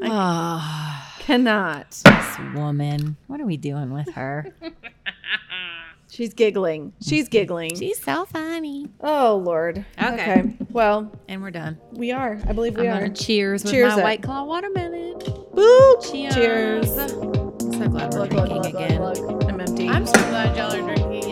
Speaker 2: Ah,
Speaker 1: Cannot.
Speaker 2: this woman. What are we doing with her?
Speaker 1: She's giggling. She's giggling.
Speaker 2: She's so funny.
Speaker 1: Oh Lord.
Speaker 2: Okay.
Speaker 1: Well,
Speaker 2: And we're done.
Speaker 1: we are. I believe we
Speaker 2: I'm
Speaker 1: are.
Speaker 2: gonna cheers with
Speaker 1: Cheers
Speaker 2: my
Speaker 1: up.
Speaker 2: white claw watermelon.
Speaker 1: Boop.
Speaker 2: Cheers.
Speaker 1: Cheers.
Speaker 2: I'm so glad we're
Speaker 1: Glug, glug,
Speaker 2: drinking
Speaker 1: glug, glug,
Speaker 2: again.
Speaker 1: glug. I'm empty.
Speaker 3: I'm so glad y'all are drinking.